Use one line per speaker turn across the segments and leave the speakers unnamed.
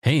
Hey,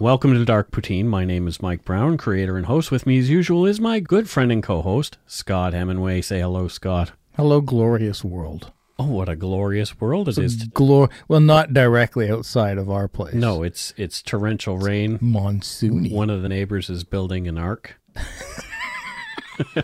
Welcome to Dark Poutine. My name is Mike Brown, creator and host. With me, as usual, is my good friend and co host, Scott Hemingway. Say hello, Scott.
Hello, glorious world.
Oh, what a glorious world it is.
Glor- well, not directly outside of our place.
No, it's it's torrential rain.
Monsoony.
One of the neighbors is building an ark.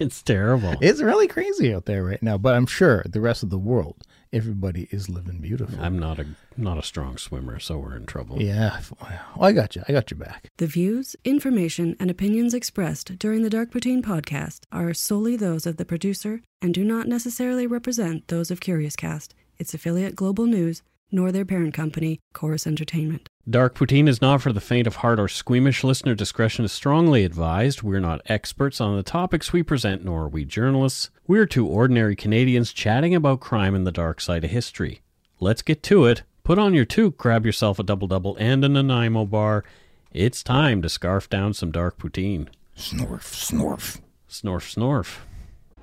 it's terrible.
It's really crazy out there right now, but I'm sure the rest of the world, everybody is living beautiful.
I'm not a not a strong swimmer, so we're in trouble.
yeah. Oh, I got you. I got your back.
The views, information, and opinions expressed during the Dark Poutine podcast are solely those of the producer and do not necessarily represent those of CuriousCast, its affiliate Global News, nor their parent company, Chorus Entertainment.
Dark Poutine is not for the faint of heart or squeamish. Listener discretion is strongly advised. We're not experts on the topics we present, nor are we journalists. We're two ordinary Canadians chatting about crime and the dark side of history. Let's get to it. Put on your toque, grab yourself a double double and a Nanaimo bar. It's time to scarf down some dark poutine.
Snorf, snorf.
Snorf,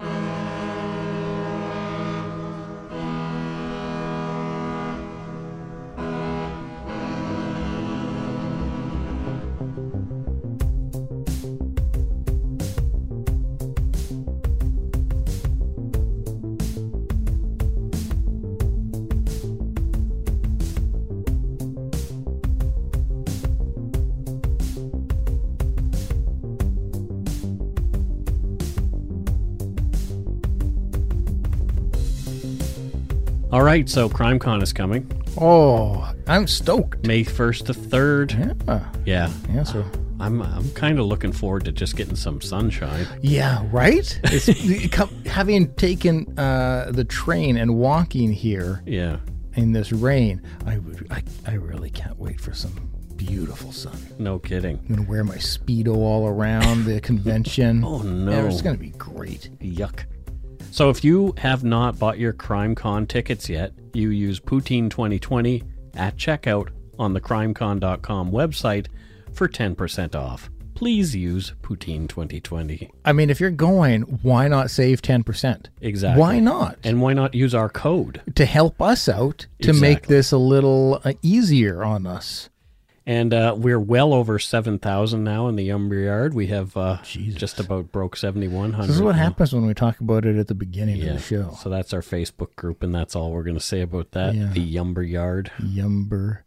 snorf. All right, so CrimeCon is coming
Oh, I'm stoked.
May 1st to 3rd.
Yeah.
Yeah,
Yeah, so.
I'm, I'm kind of looking forward to just getting some sunshine.
Yeah, right? It's, you come- having taken uh, the train and walking here
Yeah.
in this rain, I, would, I, I really can't wait for some beautiful sun.
No kidding.
I'm gonna wear my speedo all around the convention.
Oh, no.
Yeah, it's gonna be great.
Yuck. So if you have not bought your CrimeCon tickets yet, you use Poutine 2020 at checkout on the CrimeCon.com website for 10% off. Please use Poutine 2020.
I mean, if you're going, why not save ten percent?
Exactly.
Why not?
And why not use our code?
to help us out to make
Exactly.
this a little uh, easier on us.
And uh, we're well over 7,000 now in the Umbria Yard. We have uh, just about broke 7,100.
This is what
now.
happens when we talk about it at the beginning
Yeah.
of the show.
So that's our Facebook group, and that's all we're going to say about that.
Yeah.
The Yumber Yard.
Yumber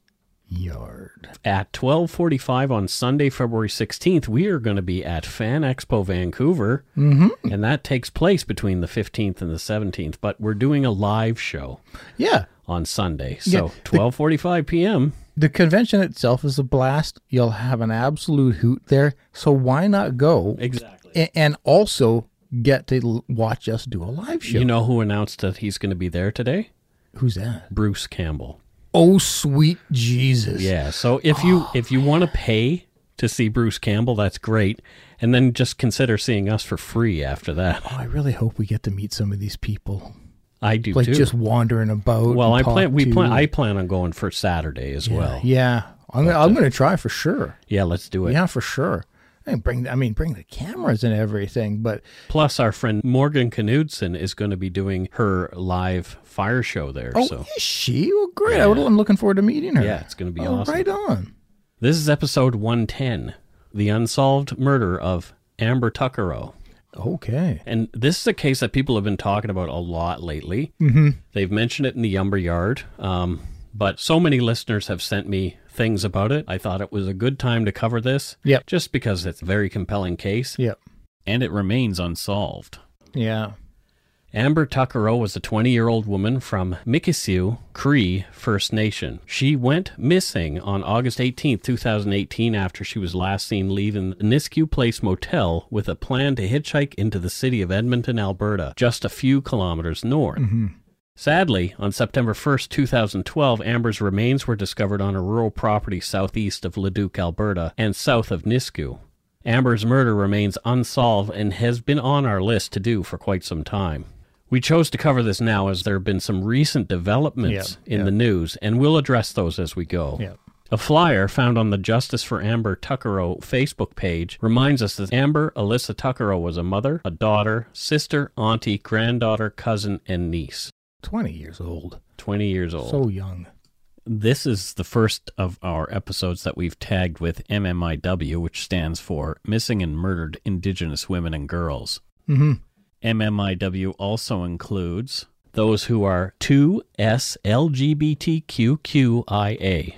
Yard.
At 12:45 on Sunday, February 16th, we are going to be at Fan Expo Vancouver, mm-hmm. and that takes place between the 15th and the 17th. But we're doing a live show
Yeah,
on Sunday,
Yeah,
so
the-
12:45 p.m.
the convention itself is a blast. You'll have an absolute hoot there. So why not go
Exactly.
a- and also get to l- watch us do a live show?
You know who announced that he's going to be there today?
Who's that?
Bruce Campbell.
Oh sweet Jesus. Oh,
Yeah. So if you if you want to pay to see Bruce Campbell, that's great, and then just consider seeing us for free after that.
Oh, I really hope we get to meet some of these people.
I do
Like
too.
just wandering about.
well, I
and
plan.
talk
We
to-
plan. I plan on going for Saturday as
yeah,
well.
Yeah. I'm gonna, I'm going to try for sure.
uh, Yeah, let's do it.
Yeah, for sure. And bring I mean bring the cameras and everything, but
Plus, our friend Morgan Knudsen is going to be doing her live fire show there.
oh,
So,
is she? Well, great. I would, I'm looking forward to meeting her.
Yeah, it's gonna be
Oh,
awesome.
Right on.
this is episode 110 The Unsolved Murder of Amber Tuckero.
Okay.
And this is a case that people have been talking about a lot lately. Mm-hmm. They've mentioned it in the Umber Yard, um, but so many listeners have sent me things about it. I thought it was a good time to cover this.
Yep.
Just because it's a very compelling case
Yep.
and it remains unsolved.
Yeah.
Amber Takaro was a 20 year old woman from Mikisew Cree First Nation. She went missing on August 18, 2018, after she was last seen leaving the Nisku Place Motel with a plan to hitchhike into the city of Edmonton, Alberta, just a few kilometers north. Sadly, on September 1st, 2012, Amber's remains were discovered on a rural property southeast of Leduc, Alberta, and south of Nisku. Amber's murder remains unsolved and has been on our list to do for quite some time. We chose to cover this now as there have been some recent developments
Yeah,
in
yeah.
the news, and we'll address those as we go.
Yeah.
A flyer found on the Justice for Amber Tuckero Facebook page reminds us that Amber Alyssa Tuckero was a mother, a daughter, sister, auntie, granddaughter, cousin, and niece.
20 years old.
20 years old.
So young.
this is the first of our episodes that we've tagged with MMIW, which stands for Missing and Murdered Indigenous Women and Girls.
hmm
MMIW also includes those who are 2SLGBTQQIA.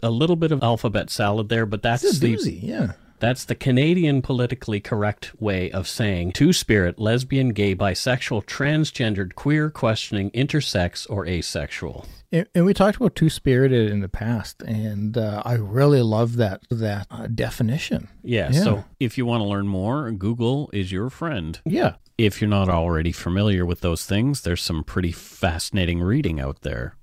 A little bit of alphabet salad there, but that's
That's a
the
doozy, yeah.
that's the Canadian politically correct way of saying two spirit, lesbian, gay, bisexual, transgendered, queer, questioning, intersex, or asexual.
And, and we talked about two spirited in the past, and uh, I really love that that uh, definition.
Yeah,
Yeah.
So if you want to learn more, Google is your friend.
Yeah.
If you're not already familiar with those things, there's some pretty fascinating reading out there.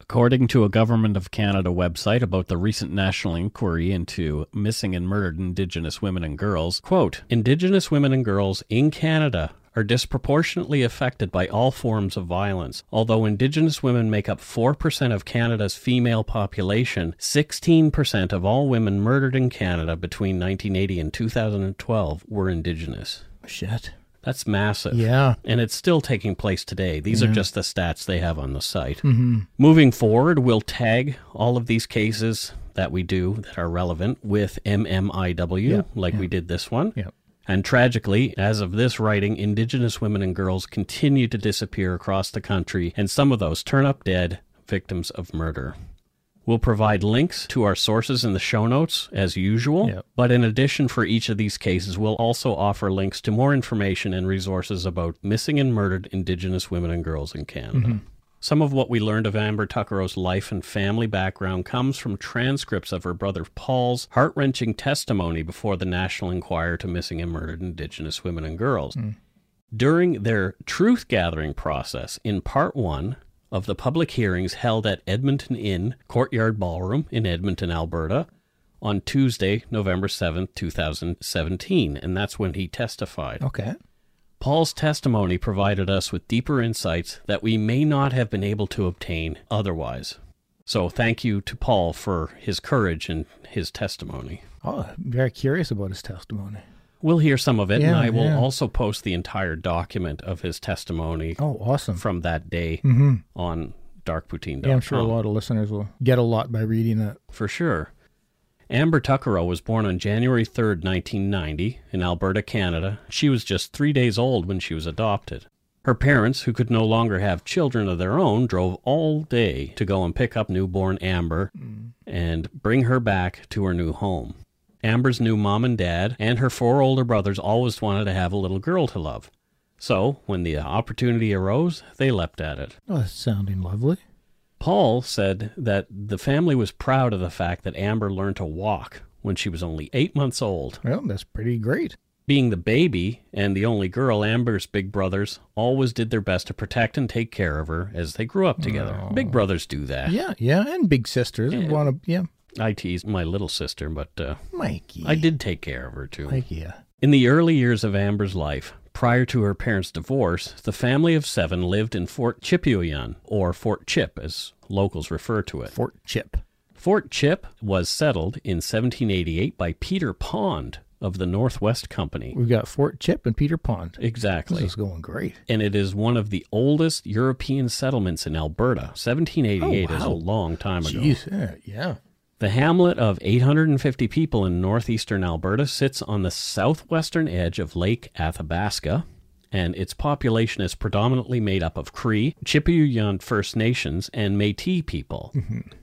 According to a Government of Canada website about the recent national inquiry into missing and murdered Indigenous women and girls, quote, Indigenous women and girls in Canada are disproportionately affected by all forms of violence. Although Indigenous women make up 4% of Canada's female population, 16% of all women murdered in Canada between 1980 and 2012 were Indigenous.
Shit.
That's massive.
Yeah.
And it's still taking place today. These are just the stats they have on the site.
hmm
Moving forward, we'll tag all of these cases that we do that are relevant with MMIW,
Yeah,
like we did this one.
Yeah.
And tragically, as of this writing, Indigenous women and girls continue to disappear across the country, and some of those turn up dead, victims of murder. We'll provide links to our sources in the show notes, as usual.
Yep.
But in addition, for each of these cases, we'll also offer links to more information and resources about missing and murdered Indigenous women and girls in Canada. Some of what we learned of Amber Tuckero's life and family background comes from transcripts of her brother Paul's heart wrenching testimony before the National Inquiry to Missing and Murdered Indigenous Women and Girls. During their truth gathering process in part one of the public hearings held at Edmonton Inn Courtyard Ballroom in Edmonton, Alberta, on Tuesday, November 7th, 2017, and that's when he testified.
Okay.
Paul's testimony provided us with deeper insights that we may not have been able to obtain otherwise. So, thank you to Paul for his courage and his testimony.
Oh, I'm very curious about his testimony.
We'll hear some of it, and
Yeah,
I will
yeah.
also post the entire document of his testimony
Oh, awesome.
from that day
hmm
on darkpoutine.com.
Yeah, I'm sure a lot of listeners will get a lot by reading that.
For sure. Amber Tuckero was born on January 3rd, 1990, in Alberta, Canada. She was just three days old when she was adopted. Her parents, who could no longer have children of their own, drove all day to go and pick up newborn Amber and bring her back to her new home. Amber's new mom and dad and her four older brothers always wanted to have a little girl to love. So, when the opportunity arose, they leapt at it.
Oh, that's sounding lovely.
Paul said that the family was proud of the fact that Amber learned to walk when she was only eight months old.
Well, that's pretty great.
Being the baby and the only girl, Amber's big brothers always did their best to protect and take care of her as they grew up together. Big brothers do that.
Yeah, yeah, and big sisters would want to. Yeah,
I teased my little sister, but uh,
Mikey.
I did take care of her too.
Mikey, yeah.
In the early years of Amber's life, prior to her parents' divorce, the family of seven lived in Fort Chipuyan, or Fort Chip as locals refer to it.
Fort Chip.
Fort Chip was settled in 1788 by Peter Pond of the Northwest Company.
We've got Fort Chip and Peter Pond. This
Exactly.
is going great.
And it is one of the oldest European settlements in Alberta. 1788
Oh,
is a
wow.
long time ago.
Jeez, yeah, yeah.
The hamlet of 850 people in northeastern Alberta sits on the southwestern edge of Lake Athabasca and its population is predominantly made up of Cree, Chipewyan First Nations, and Métis people.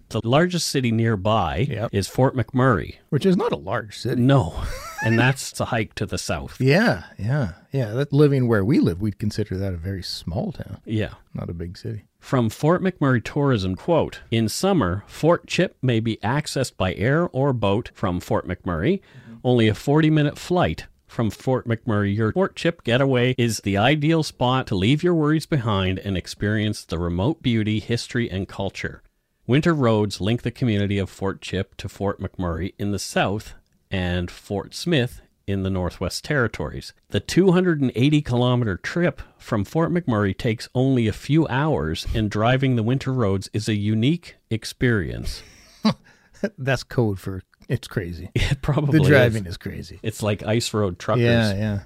The largest city nearby
Mm-hmm. Yep.
is Fort McMurray.
which is not a large city.
No, and that's a hike to the south.
Yeah, yeah, yeah. That living where we live, we'd consider that a very small town,
Yeah.
not a big city.
From Fort McMurray Tourism, quote, in summer, Fort Chip may be accessed by air or boat from Fort McMurray,
Mm-hmm.
only a 40 minute flight from Fort McMurray. Your Fort Chip getaway is the ideal spot to leave your worries behind and experience the remote beauty, history, and culture. Winter roads link the community of Fort Chip to Fort McMurray in the south and Fort Smith in the Northwest Territories. The 280 kilometer trip from Fort McMurray takes only a few hours, and driving the winter roads is a unique experience.
That's code for it's crazy.
It probably
The
is.
driving is crazy.
It's like ice road truckers.
Yeah, yeah.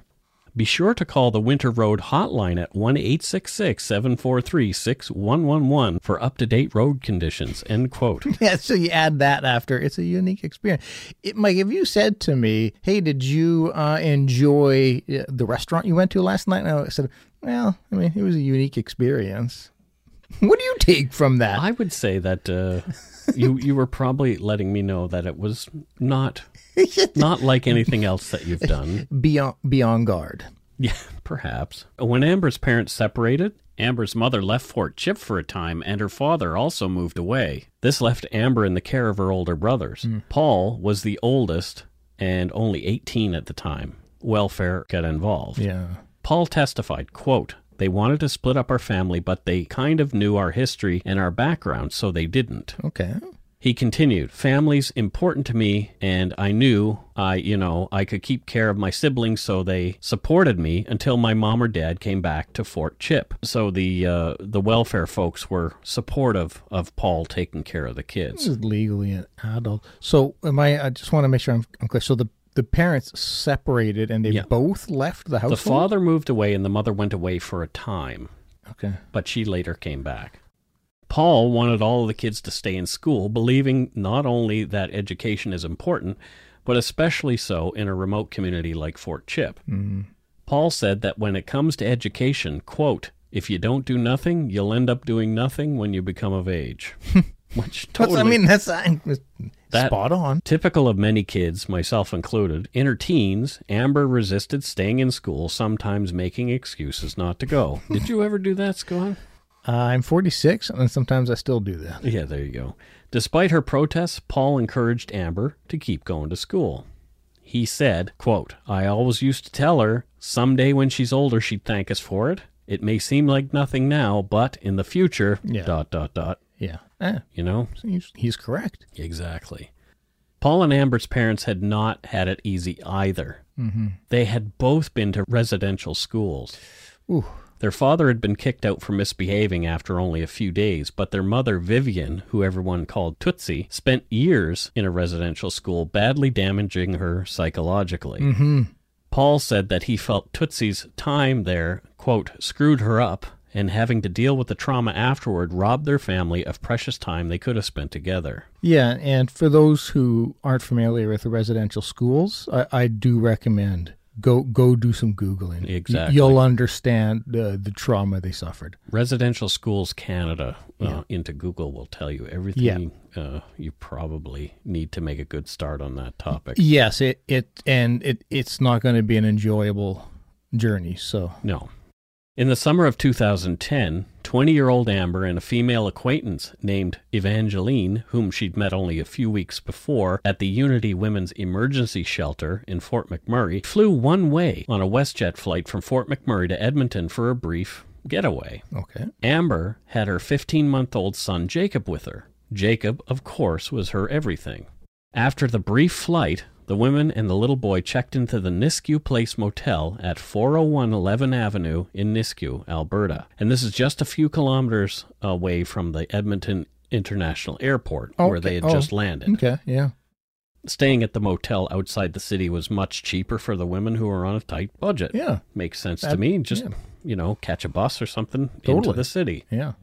Be sure to call the Winter Road hotline at 1 866 743 6111 for up to date road conditions. End quote.
Yeah, so you add that after. It's a unique experience. It, Mike, if you said to me, "Hey, did you uh, enjoy uh, the restaurant you went to last night?" and I said, "Well, I mean, it was a unique experience." what do you take from that?
I would say that uh, you you were probably letting me know that it was not not like anything else that you've done.
be on, be on guard.
Yeah, perhaps. When Amber's parents separated, Amber's mother left Fort Chip for a time, and her father also moved away. This left Amber in the care of her older brothers.
Mm.
Paul was the oldest and only 18 at the time. Welfare got involved.
Yeah.
Paul testified, quote, they wanted to split up our family, but they kind of knew our history and our background, so they didn't.
Okay.
He continued, Family's important to me, and I knew I, you know, I could keep care of my siblings, so they supported me until my mom or dad came back to Fort Chip. So the uh, the welfare folks were supportive of Paul taking care of the
This
kids.
is legally an adult. So am I? I just want to make sure I'm, I'm clear. So the the parents separated and they
Yeah.
both left the house.
The father moved away, and the mother went away for a time.
Okay.
but she later came back. Paul wanted all of the kids to stay in school, believing not only that education is important, but especially so in a remote community like Fort Chip.
Mm.
Paul said that when it comes to education, quote, if you don't do nothing, you'll end up doing nothing when you become of age. Which totally
That's, I mean, that's I,
That-
spot on.
Typical of many kids, myself included, in her teens, Amber resisted staying in school, sometimes making excuses not to go. Did you ever do that, Scott?
Uh, I'm 46, and sometimes I still do that.
Yeah, there you go. Despite her protests, Paul encouraged Amber to keep going to school. He said, quote, I always used to tell her someday when she's older she'd thank us for it. It may seem like nothing now, but in the future,
Yeah.
dot, dot, dot,
Yeah. Eh,
you know?
he's, he's correct.
Exactly. Paul and Amber's parents had not had it easy either. Mm-hmm. They had both been to residential schools.
Ooh.
Their father had been kicked out for misbehaving after only a few days, but their mother, Vivian, who everyone called Tootsie, spent years in a residential school, badly damaging her psychologically.
Mm-hmm.
Paul said that he felt Tootsie's time there, quote, screwed her up, and having to deal with the trauma afterward robbed their family of precious time they could have spent together.
Yeah, and for those who aren't familiar with the residential schools, I, I do recommend go go do some googling. Y-
Exactly.
you'll understand the the trauma they suffered.
Residential Schools Canada uh, into Google will tell you everything uh, you probably need to make a good start on that topic.
Yes, it it and it it's not going to be an enjoyable journey. So
No. In the summer of 2010, 20 year old Amber and a female acquaintance named Evangeline, whom she'd met only a few weeks before at the Unity Women's Emergency Shelter in Fort McMurray, flew one way on a WestJet flight from Fort McMurray to Edmonton for a brief getaway.
okay,
Amber had her 15 month old son Jacob with her. Jacob, of course, was her everything. After the brief flight, the women and the little boy checked into the Nisku Place Motel at 401 11 Avenue in Nisku, Alberta. And this is just a few kilometers away from the Edmonton International Airport where
Okay.
they had
Oh,
just landed.
okay, yeah,
Staying at the motel outside the city was much cheaper for the women who were on a tight budget.
yeah,
Makes sense to
That-
me. Just,
yeah.
you know, catch a bus or something into
Totally.
the city.
yeah.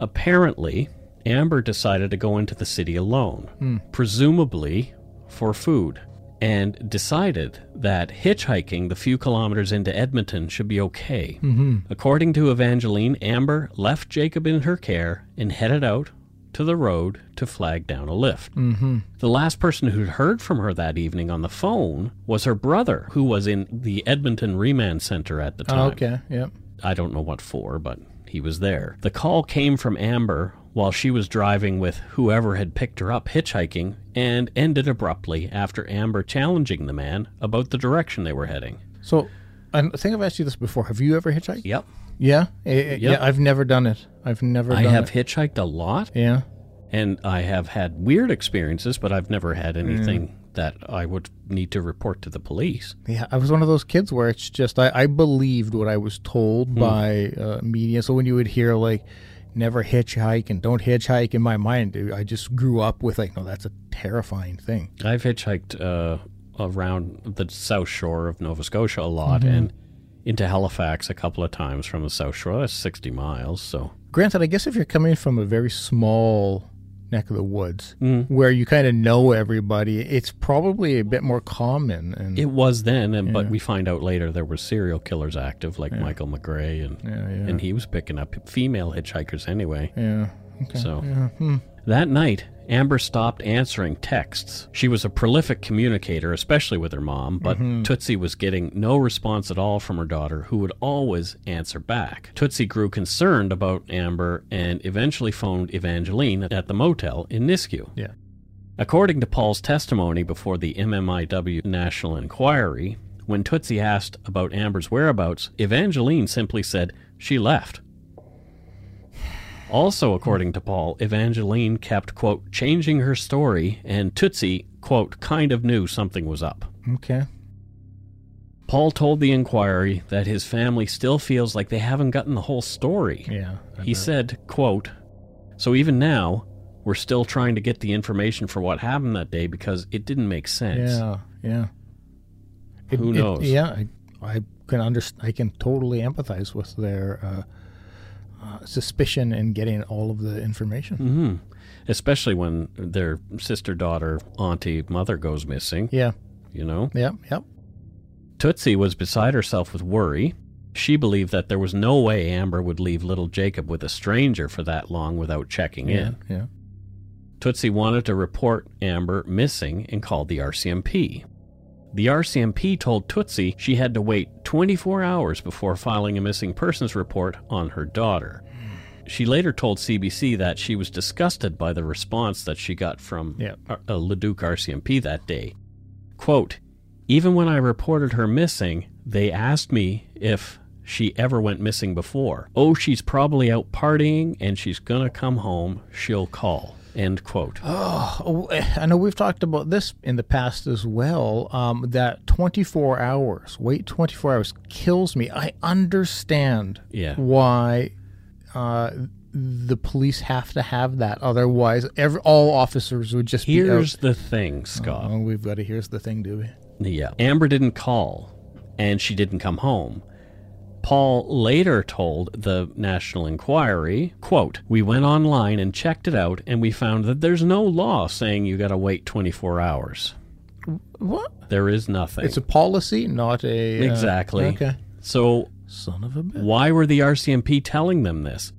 Apparently, Amber decided to go into the city alone,
Hmm.
presumably for food. and decided that hitchhiking the few kilometers into Edmonton should be okay. According to Evangeline, Amber left Jacob in her care and headed out to the road to flag down a lift.
Mm-hmm.
The last person who'd heard from her that evening on the phone was her brother, who was in the Edmonton Remand Center at the time.
Oh, okay. Yep.
I don't know what for, but he was there. The call came from Amber while she was driving with whoever had picked her up hitchhiking and ended abruptly after Amber challenging the man about the direction they were heading.
So, I think I've asked you this before. Have you ever hitchhiked?
Yep.
Yeah. Eh, eh, Yeah. I've never done it. I've never.
I
done
have
It.
hitchhiked a lot
Yeah.
and I have had weird experiences, but I've never had anything
Mm.
that I would need to report to the police.
Yeah, I was one of those kids where it's just I, I believed what I was told by uh, media. So when you would hear like "never hitchhike" and "don't hitchhike," in my mind, I just grew up with like, no, that's a terrifying thing.
I've hitchhiked uh, around the south shore of Nova Scotia a lot
Mm-hmm.
and into Halifax a couple of times from the south shore. That's 60 miles, so.
Granted, I guess if you're coming from a very small neck of the woods where you kind of know everybody, it's probably a bit more common. And
It was then, and but we find out later there were serial killers active, like Michael McRae, and
yeah, yeah,
and he was picking up female hitchhikers anyway.
yeah. hmm. Okay.
So that night, Amber stopped answering texts. She was a prolific communicator, especially with her mom, but Tootsie was getting no response at all from her daughter, who would always answer back. Tootsie grew concerned about Amber and eventually phoned Evangeline at the motel in Nisku.
Yeah.
According to Paul's testimony before the MMIW National Inquiry, when Tootsie asked about Amber's whereabouts, Evangeline simply said, She left. Also, according to Paul, Evangeline kept, quote, changing her story, and Tootsie, quote, kind of knew something was up.
Okay.
Paul told the inquiry that his family still feels like they haven't gotten the whole story.
Yeah. I
He
bet.
said, quote, So even now, we're still trying to get the information for what happened that day because it didn't make sense.
Yeah, yeah.
Who knows?
yeah, I, I can understand. I can totally empathize with their uh, uh, suspicion and getting all of the information.
hmm Especially when their sister, daughter, auntie, mother goes missing,
Yeah,
you know?
yeah, yeah.
Tootsie was beside herself with worry. She believed that there was no way Amber would leave little Jacob with a stranger for that long without checking in.
yeah.
Tootsie wanted to report Amber missing and called the RCMP. The RCMP told Tootsie she had to wait 24 hours before filing a missing persons report on her daughter. She later told CBC that she was disgusted by the response that she got from
Yeah.
uh, uh, Leduc RCMP that day. Quote, even when I reported her missing, they asked me if she ever went missing before. Oh, she's probably out partying and she's gonna come home. She'll call. End quote.
Oh, I know we've talked about this in the past as well. Um, that 24 hours, wait 24 hours kills me. I understand
Yeah.
why uh, the police have to have that. Otherwise, every, all officers would just be out.
Here's the thing, Scott.
Oh, we've got to. Here's the thing, do we?
Yeah. Amber didn't call and she didn't come home. Paul later told the National Enquiry, quote, We went online and checked it out and we found that there's no law saying you gotta wait 24 hours.
What?
There is nothing.
It's a policy, not a. uh,
exactly.
okay.
So
Son of a bitch.
Why were the RCMP telling them this?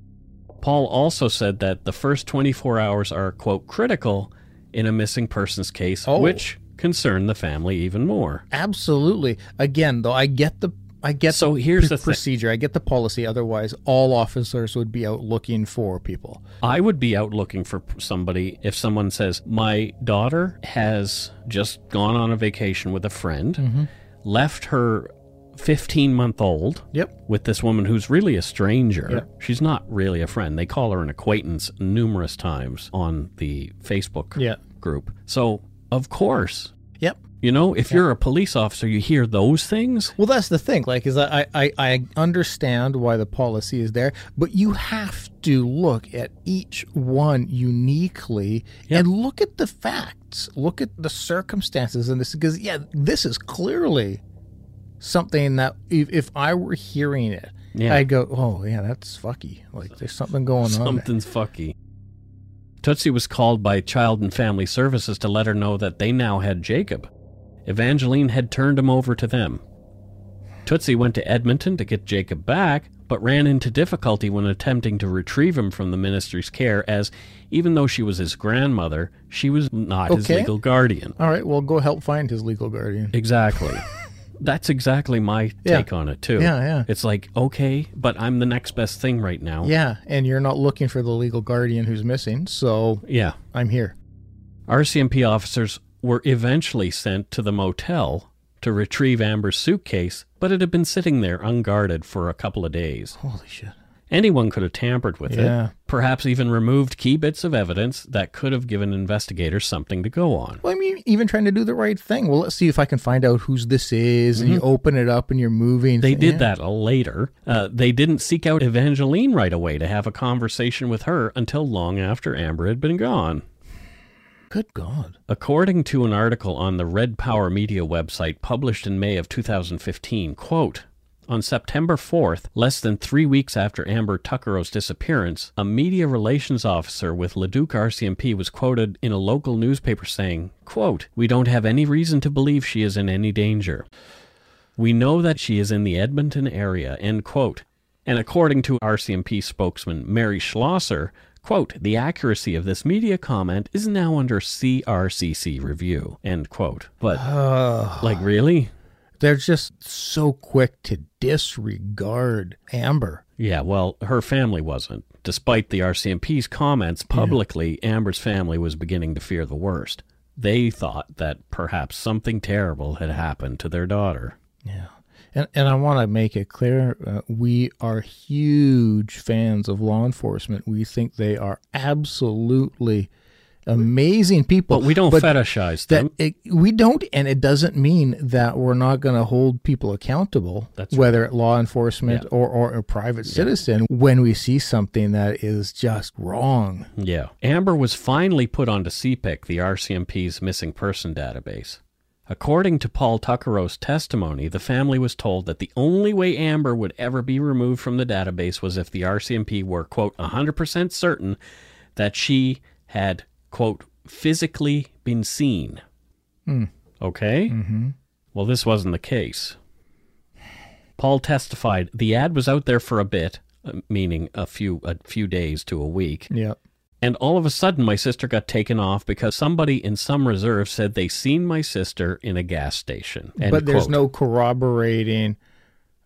Paul also said that the first 24 hours are, quote, critical in a missing persons case,
Oh.
which concerned the family even more.
Absolutely. Again, though, I get the. I get
So here's
the
the
pr-
thing.
procedure. I get the policy. Otherwise, all officers would be out looking for people.
I would be out looking for somebody if someone says, My daughter has just gone on a vacation with a friend,
Mm-hmm.
left her 15 month old.
Yep.
with this woman who's really a stranger.
Yeah.
She's not really a friend. They call her an acquaintance numerous times on the Facebook
Yeah.
group. So, of course,
Yep.
you know, if you're a police officer, you hear those things.
Well, that's the thing. Like, is I, I I understand why the policy is there, but you have to look at each one uniquely and look at the facts, look at the circumstances in this, because yeah, this is clearly something that if, if I were hearing it,
Yeah.
I'd go, oh yeah, that's fucky. Like, there's something going on. there."
Something's fucky. Tootsie was called by Child and Family Services to let her know that they now had Jacob. Evangeline had turned him over to them. Tootsie went to Edmonton to get Jacob back, but ran into difficulty when attempting to retrieve him from the ministry's care, as even though she was his grandmother, she was not his
Okay.
legal guardian.
All right, well, go help find his legal guardian.
Exactly. That's exactly my
Yeah.
take on it, too.
Yeah, yeah.
It's like, okay, but I'm the next best thing right now.
Yeah, and you're not looking for the legal guardian who's missing, so
Yeah.
I'm here.
RCMP officers were eventually sent to the motel to retrieve Amber's suitcase, but it had been sitting there unguarded for a couple of days.
Holy shit.
Anyone could have tampered with
Yeah.
it, perhaps even removed key bits of evidence that could have given investigators something to go on.
Well, I mean, even trying to do the right thing. Well, let's see if I can find out whose this is, and you open it up and you're moving.
Mm-hmm. They did
Yeah.
that later. Uh, they didn't seek out Evangeline right away to have a conversation with her until long after Amber had been gone.
Good God.
According to an article on the Red Power Media website published in May of 2015, quote, on September 4th, less than three weeks after Amber Tuckero's disappearance, a media relations officer with Leduc RCMP was quoted in a local newspaper saying, quote, We don't have any reason to believe she is in any danger. We know that she is in the Edmonton area, end quote. And according to RCMP spokesman Mary Schlosser, quote, the accuracy of this media comment is now under CRCC review, end quote. But, like, really?
They're just so quick to disregard Amber.
Yeah, well, her family wasn't. Despite the RCMP's comments publicly, Amber's family was beginning to fear the worst. They thought that perhaps something terrible had happened to their daughter.
Yeah. And, and I want to make it clear uh, we are huge fans of law enforcement. We think they are absolutely amazing people.
But we don't
But
fetishize them.
that it, we don't and it doesn't mean that we're not going to hold people accountable
That's
whether at law enforcement
Yeah.
or, or a private citizen when we see something that is just wrong
Yeah. Amber was finally put onto CPIC, the RCMP's missing person database. According to Paul Tuckero's testimony, the family was told that the only way Amber would ever be removed from the database was if the RCMP were, quote, 100% certain that she had, quote, physically been seen. Okay? Hmm. Mm-hmm. Well, this wasn't the case. Paul testified the ad was out there for a bit, uh, meaning a few a few days to a week,
yeah
and all of a sudden, my sister got taken off because somebody in some reserve said they seen my sister in a gas station. End
but there's
quote.
no corroborating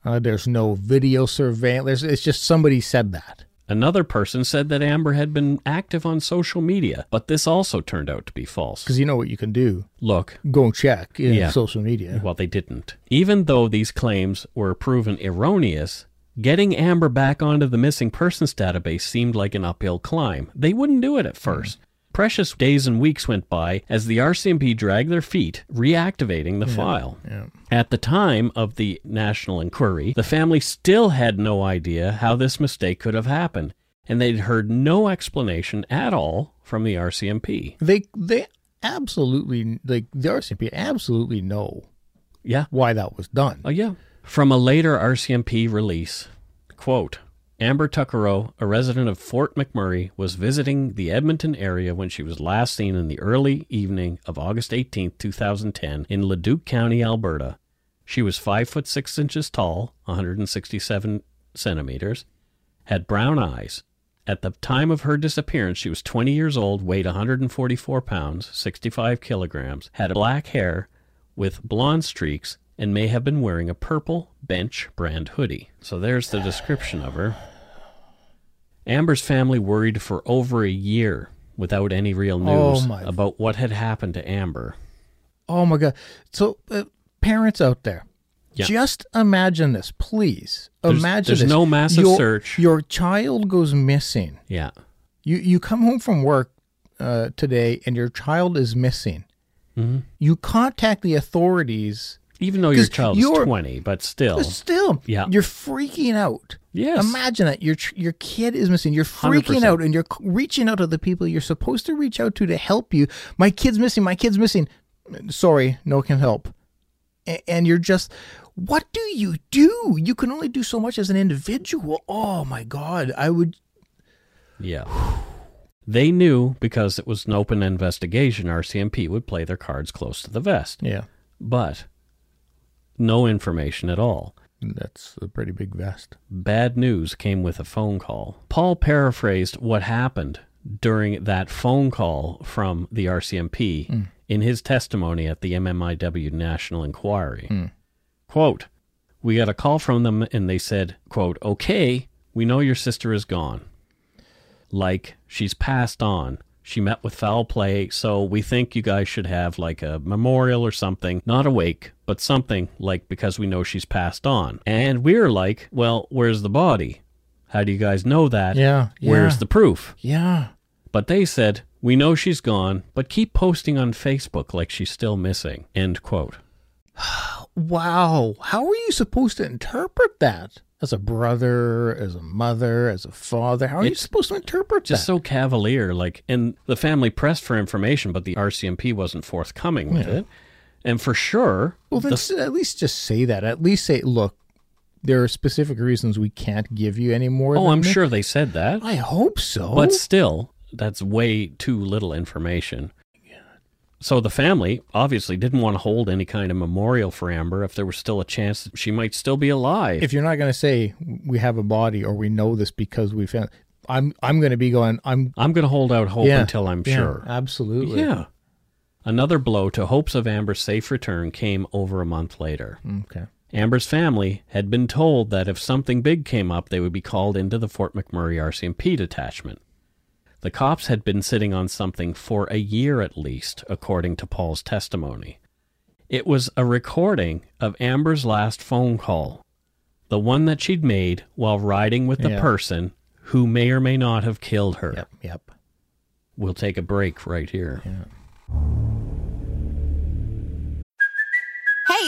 uh, there's no video surveillance it's just somebody said that
Another person said that Amber had been active on social media, but this also turned out to be false.
because you know what you can do
Look,
go and check in
Yeah.
social media
well, they didn't. Even though these claims were proven erroneous, getting Amber back onto the missing persons database seemed like an uphill climb. They wouldn't do it at first. Precious days and weeks went by as the RCMP dragged their feet, reactivating the file.
yeah.
At the time of the national inquiry, the family still had no idea how this mistake could have happened, and they'd heard no explanation at all from the RCMP.
they they absolutely like the rcmp absolutely know
Yeah.
why that was done
Oh, yeah. From a later RCMP release, quote, Amber Tuckero, a resident of Fort McMurray, was visiting the Edmonton area when she was last seen in the early evening of August 18, 2010, in Leduc County, Alberta. She was 5 foot 6 inches tall, 167 centimeters, had brown eyes. At the time of her disappearance, she was 20 years old, weighed 144 pounds, 65 kilograms, had black hair with blonde streaks, and may have been wearing a purple bench brand hoodie. So there's the description of her. Amber's family worried for over a year without any real
Oh,
news
my-
about what had happened to Amber.
Oh my God. So, uh, parents out there,
Yeah.
just imagine this, please.
There's-
imagine
there's
this.
no massive
your,
search.
Your child goes missing.
Yeah.
You you come home from work uh, today and your child is missing.
hmm
You contact the authorities.
Even though your
'Cause
child is
you're-
20, but still.
But still,
Yeah.
you're freaking out.
Yes.
Imagine that your ch- your kid is missing. You're freaking
100%.
out, and you're c- reaching out to the people you're supposed to reach out to to help you. My kid's missing. My kid's missing. Sorry, no can help. A- and you're just, what do you do? You can only do so much as an individual. Oh my God, I would.
Yeah. They knew because it was an open investigation, RCMP would play their cards close to the vest.
Yeah,
but no information at all.
That's a pretty big vest.
Bad news came with a phone call. Paul paraphrased what happened during that phone call from the RCMP
Mm.
in his testimony at the MMIW National Inquiry.
Mm.
Quote, we got a call from them and they said, quote, okay, we know your sister is gone. Like, she's passed on. She met with foul play, so we think you guys should have like a memorial or something. Not a wake, but something like because we know she's passed on. And we're like, well, where's the body? How do you guys know that?
Yeah,
Where's
yeah.
the proof?
Yeah.
But they said, we know she's gone, but keep posting on Facebook like she's still missing. End quote.
Wow. How are you supposed to interpret that? As a brother, as a mother, as a father, how are you
It's
supposed to interpret
just
that?
so cavalier like and the family pressed for information but the rcmp wasn't forthcoming with
Yeah.
it and for sure
well, then
the-
s- at least just say that. At least say, look, there are specific reasons we can't give you any more.
oh
than
i'm
this.
sure they said that
I hope so.
but still that's way too little information so the family obviously didn't want to hold any kind of memorial for amber if there was still a chance that she might still be alive
if you're not going to say we have a body or we know this because we found, I'm I'm going to be going. I'm
i'm going to hold out hope
yeah,
until i'm
yeah,
sure
Absolutely.
yeah another blow to hopes of amber's safe return came over a month later
Okay.
Amber's family had been told that if something big came up, they would be called into the Fort McMurray RCMP detachment. The cops had been sitting on something for a year at least, according to Paul's testimony. It was a recording of Amber's last phone call, the one that she'd made while riding with the
Yeah.
person who may or may not have killed her.
Yep. Yep.
We'll take a break right here.
Hey,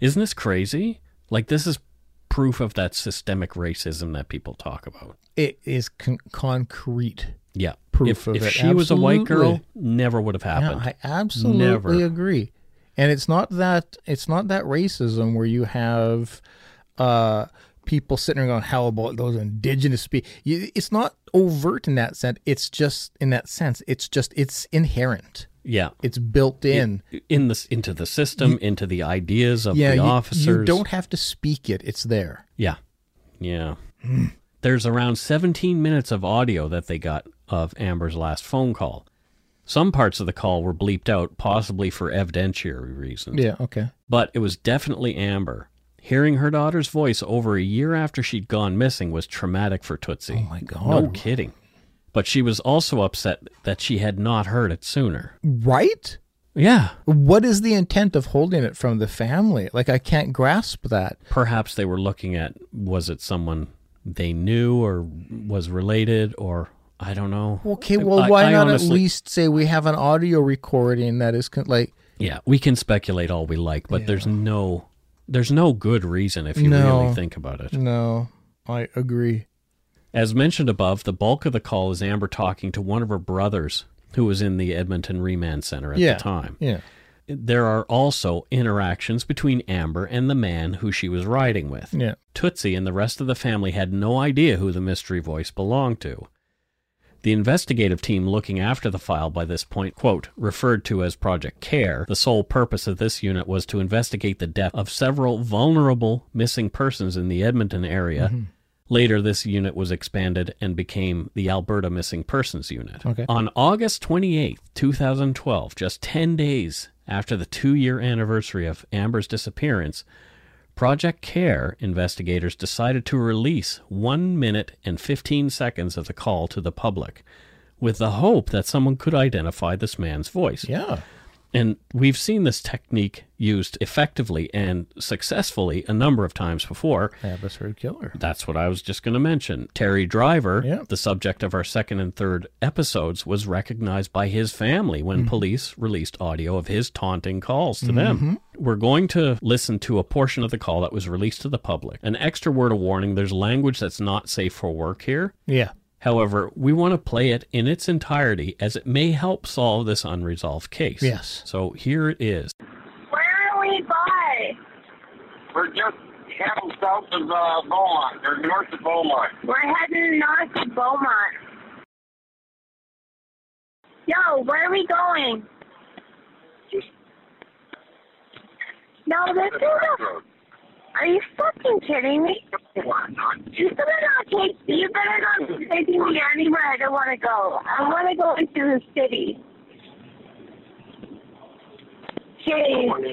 Isn't this crazy? Like, this is proof of that systemic racism that people talk about.
It is con- concrete.
Yeah.
proof
if,
of
if
it.
she was a white girl,
Absolutely.
never would have happened.
Yeah, I absolutely
Never.
agree. And it's not that it's not that racism where you have uh, people sitting around going, "How about those indigenous people?" It's not overt in that sense. It's just in that sense. It's just it's inherent.
yeah.
It's built in.
In this into the system, into the ideas of
yeah,
the
you-
officers.
you don't have to speak it. It's there.
Yeah. Yeah.
Hmm.
There's around 17 minutes of audio that they got of Amber's last phone call. Some parts of the call were bleeped out, possibly for evidentiary reasons.
Yeah. Okay.
But it was definitely Amber. Hearing her daughter's voice over a year after she'd gone missing was traumatic for Tootsie.
Oh my
No
God.
kidding. But she was also upset that she had not heard it sooner.
Right.
Yeah.
What is the intent of holding it from the family? Like I can't grasp that.
Perhaps they were looking at was it someone they knew or was related or I don't know.
Okay,
I-
well,
I-
why
I
not at
honestly-
least say we have an audio recording that is con- like
Yeah, we can speculate all we like, but there's no there's no good reason if you
No.
really think about it.
no, I agree.
As mentioned above, the bulk of the call is Amber talking to one of her brothers who was in the Edmonton Remand Center at
yeah,
the time.
yeah,
There are also interactions between Amber and the man who she was riding with.
yeah.
Tootsie and the rest of the family had no idea who the mystery voice belonged to. The investigative team looking after the file by this point, quote, referred to as Project CARE, the sole purpose of this unit was to investigate the death of several vulnerable missing persons in the Edmonton area. Later, this unit was expanded and became the Alberta Missing Persons Unit.
Okay.
On August 28, 2012, just 10 days after the two year anniversary of Amber's disappearance, Project CARE investigators decided to release 1 minute and 15 seconds of the call to the public with the hope that someone could identify this man's voice.
Yeah.
And we've seen this technique used effectively and successfully a number of times before.
Episode killer.
That's what I was just going to mention. Terry Driver,
Yeah.
the subject of our second and third episodes, was recognized by his family when
Mm-hmm.
police released audio of his taunting calls to
Mm-hmm.
them. We're going to listen to a portion of the call that was released to the public. An extra word of warning there's language that's not safe for work here.
Yeah.
However, we want to play it in its entirety as it may help solve this unresolved case.
Yes.
So here it is.
Where are we by?
We're just heading south of uh, Beaumont, or north of Beaumont.
We're heading north to Beaumont. Yo, where are we going?
Just
No, this
the
is
back
a...
road.
Are you fucking kidding me?
Why not?
You better not take... You better not be taking me anywhere I don't want to go. I want to go into the city. Jeez.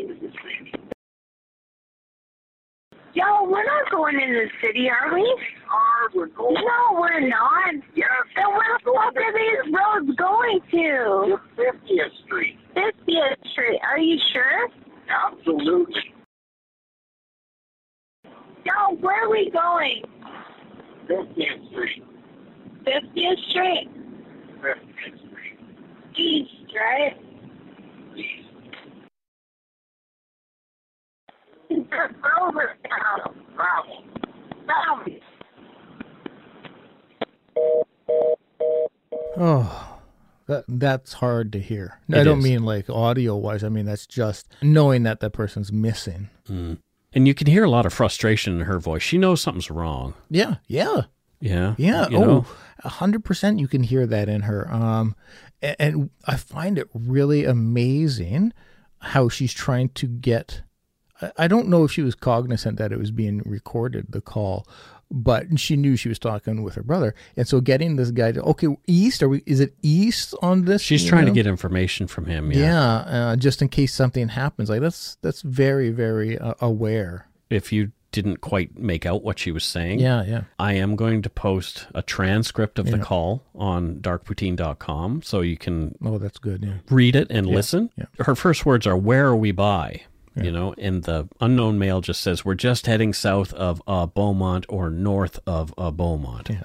Yo, we're not going in the city, are we?
Car, we're going.
No, we're not. Yes. Then where the fuck are these roads going to?
50th Street.
50th Street. Are you sure?
Absolutely.
No, where are we going?
50th Street.
50th Street.
50th Street.
East, right?
Please.
That's over now.
Problem.
Boom.
Oh, that that's hard to hear.
It
I don't
is.
mean like audio wise. I mean that's just knowing that that person's missing.
Mm. And you can hear a lot of frustration in her voice. She knows something's wrong.
Yeah, yeah,
Yeah.
yeah.
You
Oh,
know?
a hundred percent. You can hear that in her. Um, a- and, I find it really amazing how she's trying to get. I- I don't know if she was cognizant that it was being recorded, the call, but she knew she was talking with her brother, and so getting this guy to okay, east. Are we? Is it east on this?
She's
you
trying
know?
to get information from him.
Yeah, uh, just in case something happens. Like that's that's very very uh, aware.
If you didn't quite make out what she was saying,
Yeah, yeah.
I am going to post a transcript of the call on darkpoutine.com so you can
Oh, that's good. Yeah.
read it and listen.
yeah.
Her first words are, Where are we by? You know, and the unknown male just says, We're just heading south of uh, Beaumont or north of uh, Beaumont.
Yeah.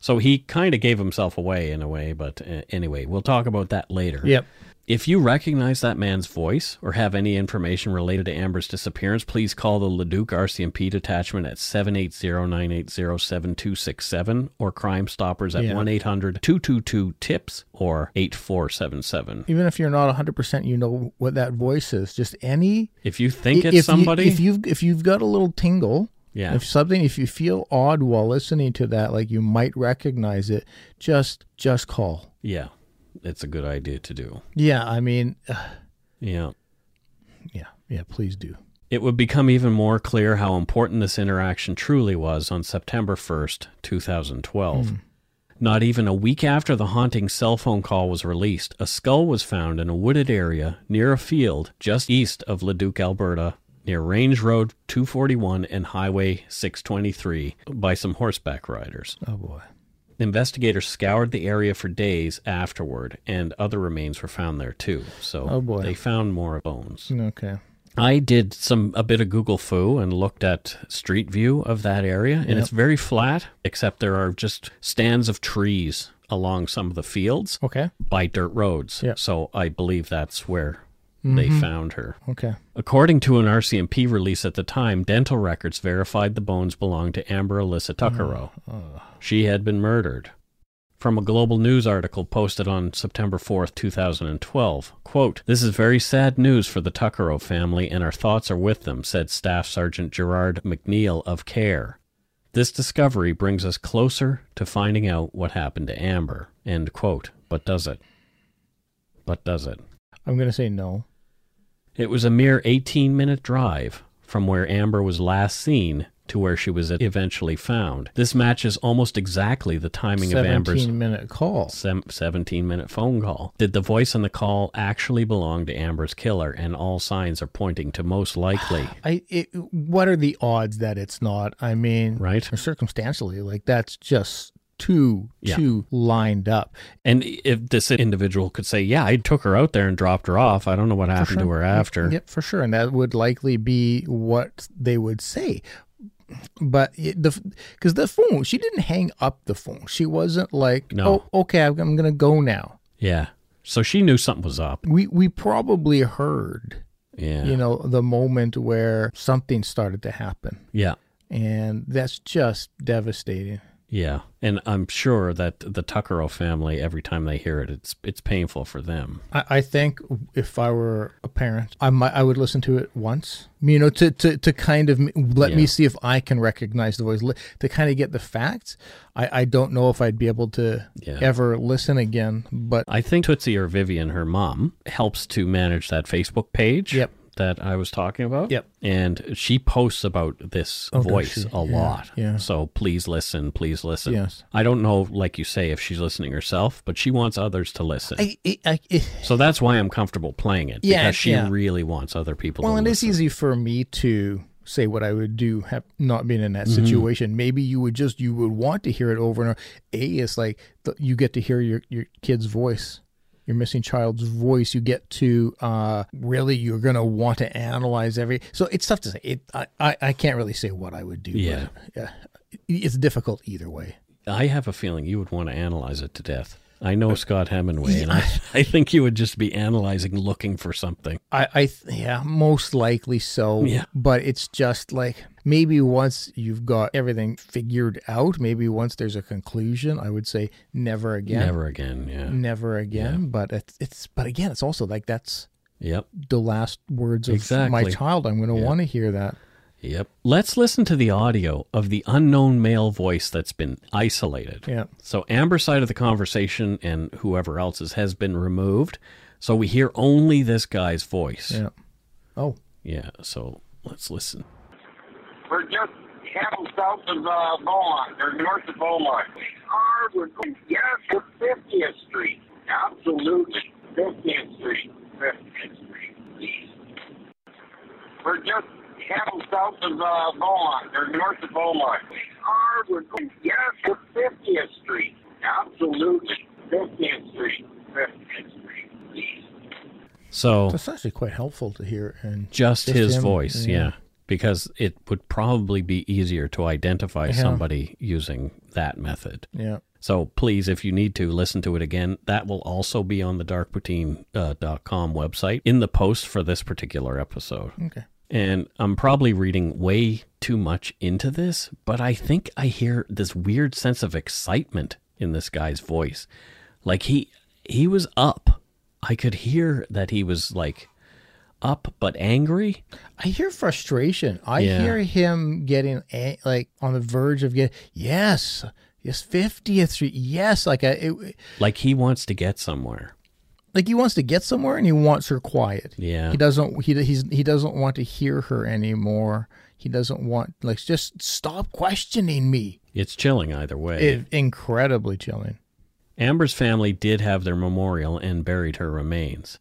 So he kind of gave himself away in a way, but uh, anyway, we'll talk about that later.
Yep.
If you recognize that man's voice or have any information related to Amber's disappearance, please call the Leduc RCMP detachment at 780-980-7267 or Crime Stoppers at
Yeah.
1-800-222-TIPS or 8477.
Even if you're not 100%, you know what that voice is. Just any
If you think
if
it's
you-
somebody,
if you've if you've got a little tingle,
Yeah.
if something if you feel odd while listening to that like you might recognize it, just just call.
yeah, it's a good idea to do.
Yeah, I mean, uh,
Yeah.
yeah. Yeah, please do.
It would become even more clear how important this interaction truly was on September 1st, 2012.
Hmm.
Not even a week after the haunting cell phone call was released, a skull was found in a wooded area near a field just east of Leduc, Alberta, near Range Road 241 and Highway 623 by some horseback riders.
Oh boy.
Investigators scoured the area for days afterward, and other remains were found there too. So
Oh, boy.
they found more bones.
Okay.
I did some a bit of Google foo and looked at street view of that area, and it's very flat, except there are just stands of trees along some of the fields
Okay.
by dirt roads.
Yeah. Mm-hmm.
So I believe that's where they found her.
Okay.
According to an RCMP release at the time, dental records verified the bones belonged to Amber Alyssa Tuckero. She had been murdered. From a Global News article posted on September 4th, 2012, quote, This is very sad news for the Tuckero family and our thoughts are with them, said Staff Sergeant Gerard McNeil of CARE. This discovery brings us closer to finding out what happened to Amber, end quote. But does it? But does it?
I'm going to say no.
It was a mere 18 minute drive from where Amber was last seen to where she was eventually found. This matches almost exactly the timing of Amber's
17 minute call.
sem- 17 minute phone call. Did the voice on the call actually belong to Amber's killer? And all signs are pointing to most likely.
I it, what are the odds that it's not? I mean,
Right.
Circumstantially, like that's just two,
Yeah.
two lined up.
And if this individual could say, "Yeah, I took her out there and dropped her off," I don't know what happened to her after.
Yep, for sure. And that would likely be what they would say. But it, the because the phone, she didn't hang up the phone. She wasn't like,
No.
oh, okay, I'm, I'm gonna go now.
Yeah. So she knew something was up.
We we probably heard,
Yeah.
you know, the moment where something started to happen,
Yeah.
and that's just devastating.
Yeah. And I'm sure that the Tuckero family, every time they hear it, it's it's painful for them.
I, I think if I were a parent, I might I would listen to it once, you know, to to, to kind of m- let me
Yeah.
see if I can recognize the voice, li- to kind of get the facts. I I don't know if I'd be able to
Yeah.
ever listen again, but
I think Tootsie or Vivian, her mom, helps to manage that Facebook page.
Yep.
That I was talking about.
Yep.
And she posts about this
Oh, does
voice
she?
a
Yeah,
lot.
yeah.
So please listen. Please listen.
Yes.
I don't know, like you say, if she's listening herself, but she wants others to listen.
I, I, I, I
so that's why I'm comfortable playing it.
Yeah,
Because she
yeah.
really wants other people
well,
to
it is
listen.
easy for me to say what I would do, have not been in that
Mm-hmm.
situation. Maybe you would just you would want to hear it over and over. A is like th- you get to hear your your kid's voice. Your missing child's voice. You get to uh, really. You're gonna want to analyze every. So it's tough to say. It. I. I, I can't really say what I would do. but,
Yeah.
yeah. It's difficult either way.
I have a feeling you would want to analyze it to death. I
Uh,
know Scott Hemingway, and I, I think you would just be analyzing, looking for something.
I, I th- yeah, most likely so.
Yeah.
But it's just like maybe once you've got everything figured out, maybe once there's a conclusion, I would say never again.
Never again. Yeah.
Never again. But it's, it's but again, it's also like that's
Yep.
the last words of my
Exactly.
child. I'm gonna want to hear that.
Yep. Let's listen to the audio of the unknown male voice that's been isolated.
Yeah.
So Amber's side of the conversation and whoever else's has been removed. So we hear only this guy's voice.
Yeah. Oh.
Yeah, so let's listen.
We're just heading south of uh, Beaumont. They're north of Beaumont. Car, we're going, yes, to 50th Street. Absolutely. 50th Street. 50th Street. Please. We're just heading south of uh, Beaumont. They're north of Beaumont. Car, we're going, yes, to 50th Street. Absolutely. 50th Street. 50th Street. Please.
So
That's actually quite helpful to hear and
just his
him,
voice, yeah. Because it would probably be easier to identify somebody using that method.
Yeah.
So please, if you need to, listen to it again. That will also be on the darkpoutine.com website in the post for this particular episode.
Okay.
And I'm probably reading way too much into this, but I think I hear this weird sense of excitement in this guy's voice. Like he he was up. I could hear that he was like up but angry.
I hear frustration. I
Yeah.
hear him getting a- like on the verge of getting yes, yes, fiftieth Street, yes, like a, it,
Like he wants to get somewhere.
like he wants to get somewhere and he wants her quiet.
Yeah.
he doesn't. He he's, he doesn't want to hear her anymore. He doesn't want like just stop questioning me.
It's chilling either way.
It, incredibly chilling.
Amber's family did have their memorial and buried her remains.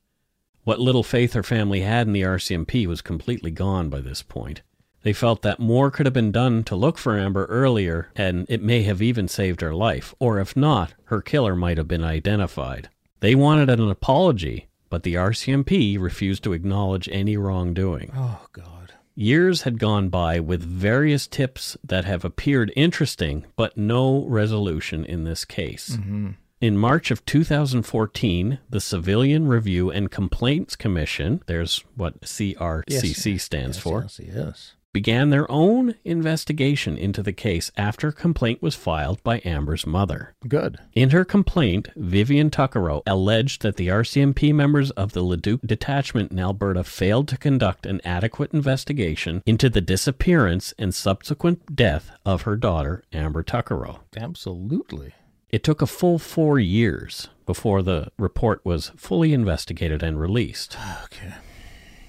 What little faith her family had in the RCMP was completely gone by this point. They felt that more could have been done to look for Amber earlier, and it may have even saved her life, or if not, her killer might have been identified. They wanted an apology, but the RCMP refused to acknowledge any wrongdoing.
Oh God.
Years had gone by with various tips that have appeared interesting, but no resolution in this case.
Mm-hmm.
In March of 2014, the Civilian Review and Complaints Commission, there's what CRCC stands
Yes,
for,
yes, yes.
began their own investigation into the case after a complaint was filed by Amber's mother.
Good.
In her complaint, Vivian Tuckero alleged that the RCMP members of the Leduc detachment in Alberta failed to conduct an adequate investigation into the disappearance and subsequent death of her daughter, Amber Tuckero.
Absolutely.
It took a full four years before the report was fully investigated and released.
Okay.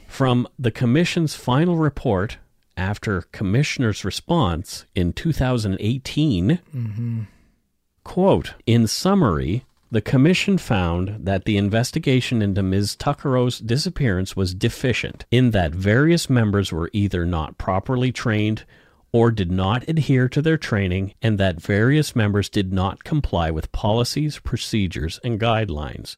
From the Commission's final report after Commissioner's response in 2018,
Mm-hmm.
quote, in summary, the Commission found that the investigation into Ms. Tuckero's disappearance was deficient in that various members were either not properly trained or did not adhere to their training and that various members did not comply with policies, procedures, and guidelines.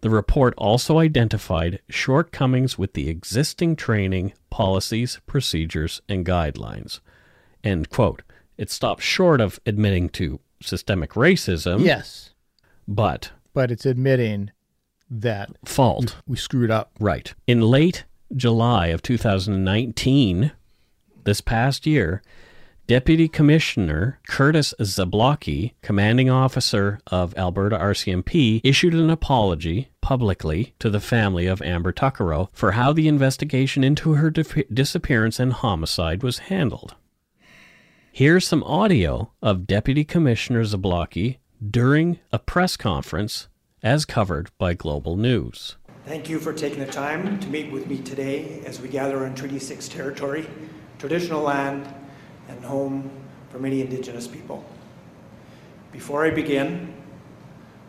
The report also identified shortcomings with the existing training, policies, procedures, and guidelines. End quote. It stops short of admitting to systemic racism,
yes,
but
but it's admitting that
fault.
we screwed up.
Right. In late July of 2019, this past year, Deputy Commissioner Curtis Zablocki, commanding officer of Alberta RCMP, issued an apology publicly to the family of Amber Tuckerow for how the investigation into her dif- disappearance and homicide was handled. Here's some audio of Deputy Commissioner Zablocki during a press conference as covered by Global News.
Thank you for taking the time to meet with me today as we gather on Treaty 6 territory, traditional land, and home for many Indigenous people. Before I begin,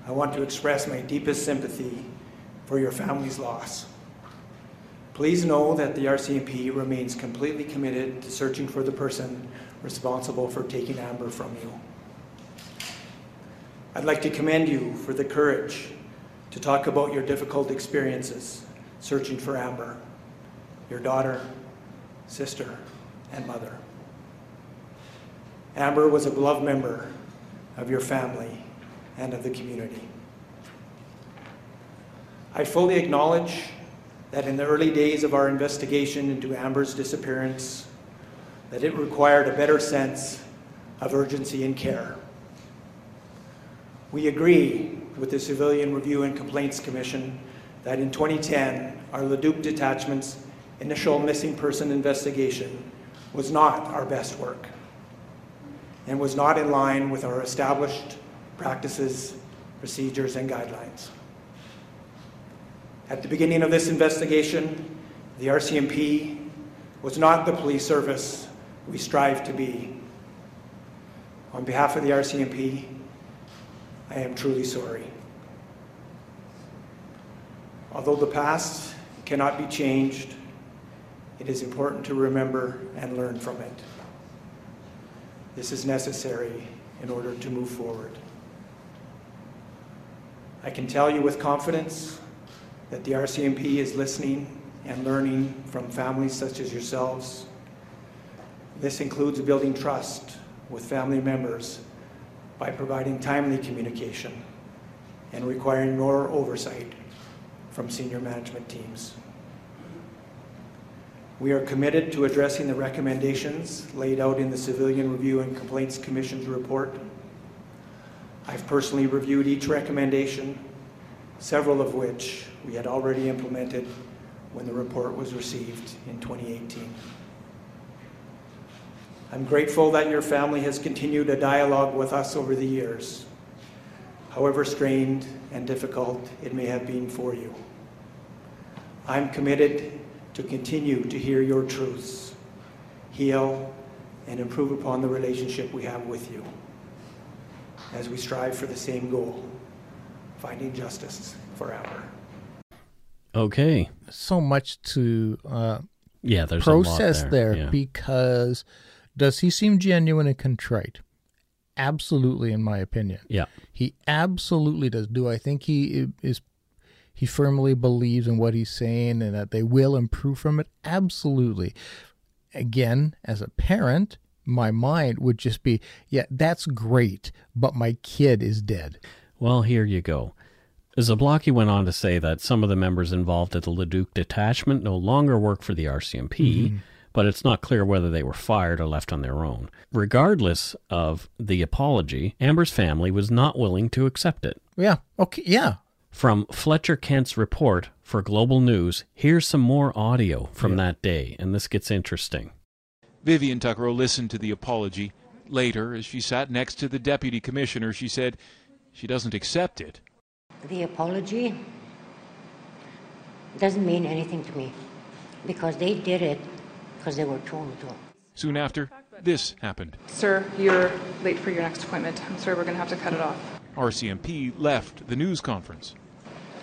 I want to express my deepest sympathy for your family's loss. Please know that the RCMP remains completely committed to searching for the person responsible for taking Amber from you. I'd like to commend you for the courage to talk about your difficult experiences searching for Amber, your daughter, sister, and mother. Amber was a beloved member of your family and of the community. I fully acknowledge that in the early days of our investigation into Amber's disappearance, that it required a better sense of urgency and care. We agree with the Civilian Review and Complaints Commission that in 2010, our Leduc detachment's initial missing person investigation was not our best work and was not in line with our established practices, procedures, and guidelines. At the beginning of this investigation, the RCMP was not the police service we strive to be. On behalf of the RCMP, I am truly sorry. Although the past cannot be changed, it is important to remember and learn from it. This is necessary in order to move forward. I can tell you with confidence that the RCMP is listening and learning from families such as yourselves. This includes building trust with family members by providing timely communication and requiring more oversight from senior management teams. We are committed to addressing the recommendations laid out in the Civilian Review and Complaints Commission's report. I've personally reviewed each recommendation, several of which we had already implemented when the report was received in 2018. I'm grateful that your family has continued a dialogue with us over the years, however strained and difficult it may have been for you. I'm committed to continue to hear your truths, heal, and improve upon the relationship we have with you as we strive for the same goal finding justice forever.
Okay.
So much to uh,
Yeah, there's
process
a lot
there,
there. yeah.
because does he seem genuine and contrite? Absolutely, in my opinion.
Yeah.
He absolutely does. Do I think he i- is? He firmly believes in what he's saying and that they will improve from it. Absolutely. Again, as a parent, my mind would just be, yeah, that's great, but my kid is dead.
Well, here you go. Zablocki went on to say that some of the members involved at the Leduc detachment no longer work for the RCMP, but it's not clear whether they were fired or left on their own. Regardless of the apology, Amber's family was not willing to accept it.
Yeah. Okay. Yeah.
From Fletcher Kent's report for Global News, here's some more audio from that day, and this gets interesting.
Vivian Tuckrow listened to the apology. Later, as she sat next to the deputy commissioner, she said she doesn't accept it.
The apology doesn't mean anything to me because they did it because they were told to.
Soon after, this happened.
Sir, you're late for your next appointment. I'm sorry, we're going to have to cut it off.
RCMP left the news conference.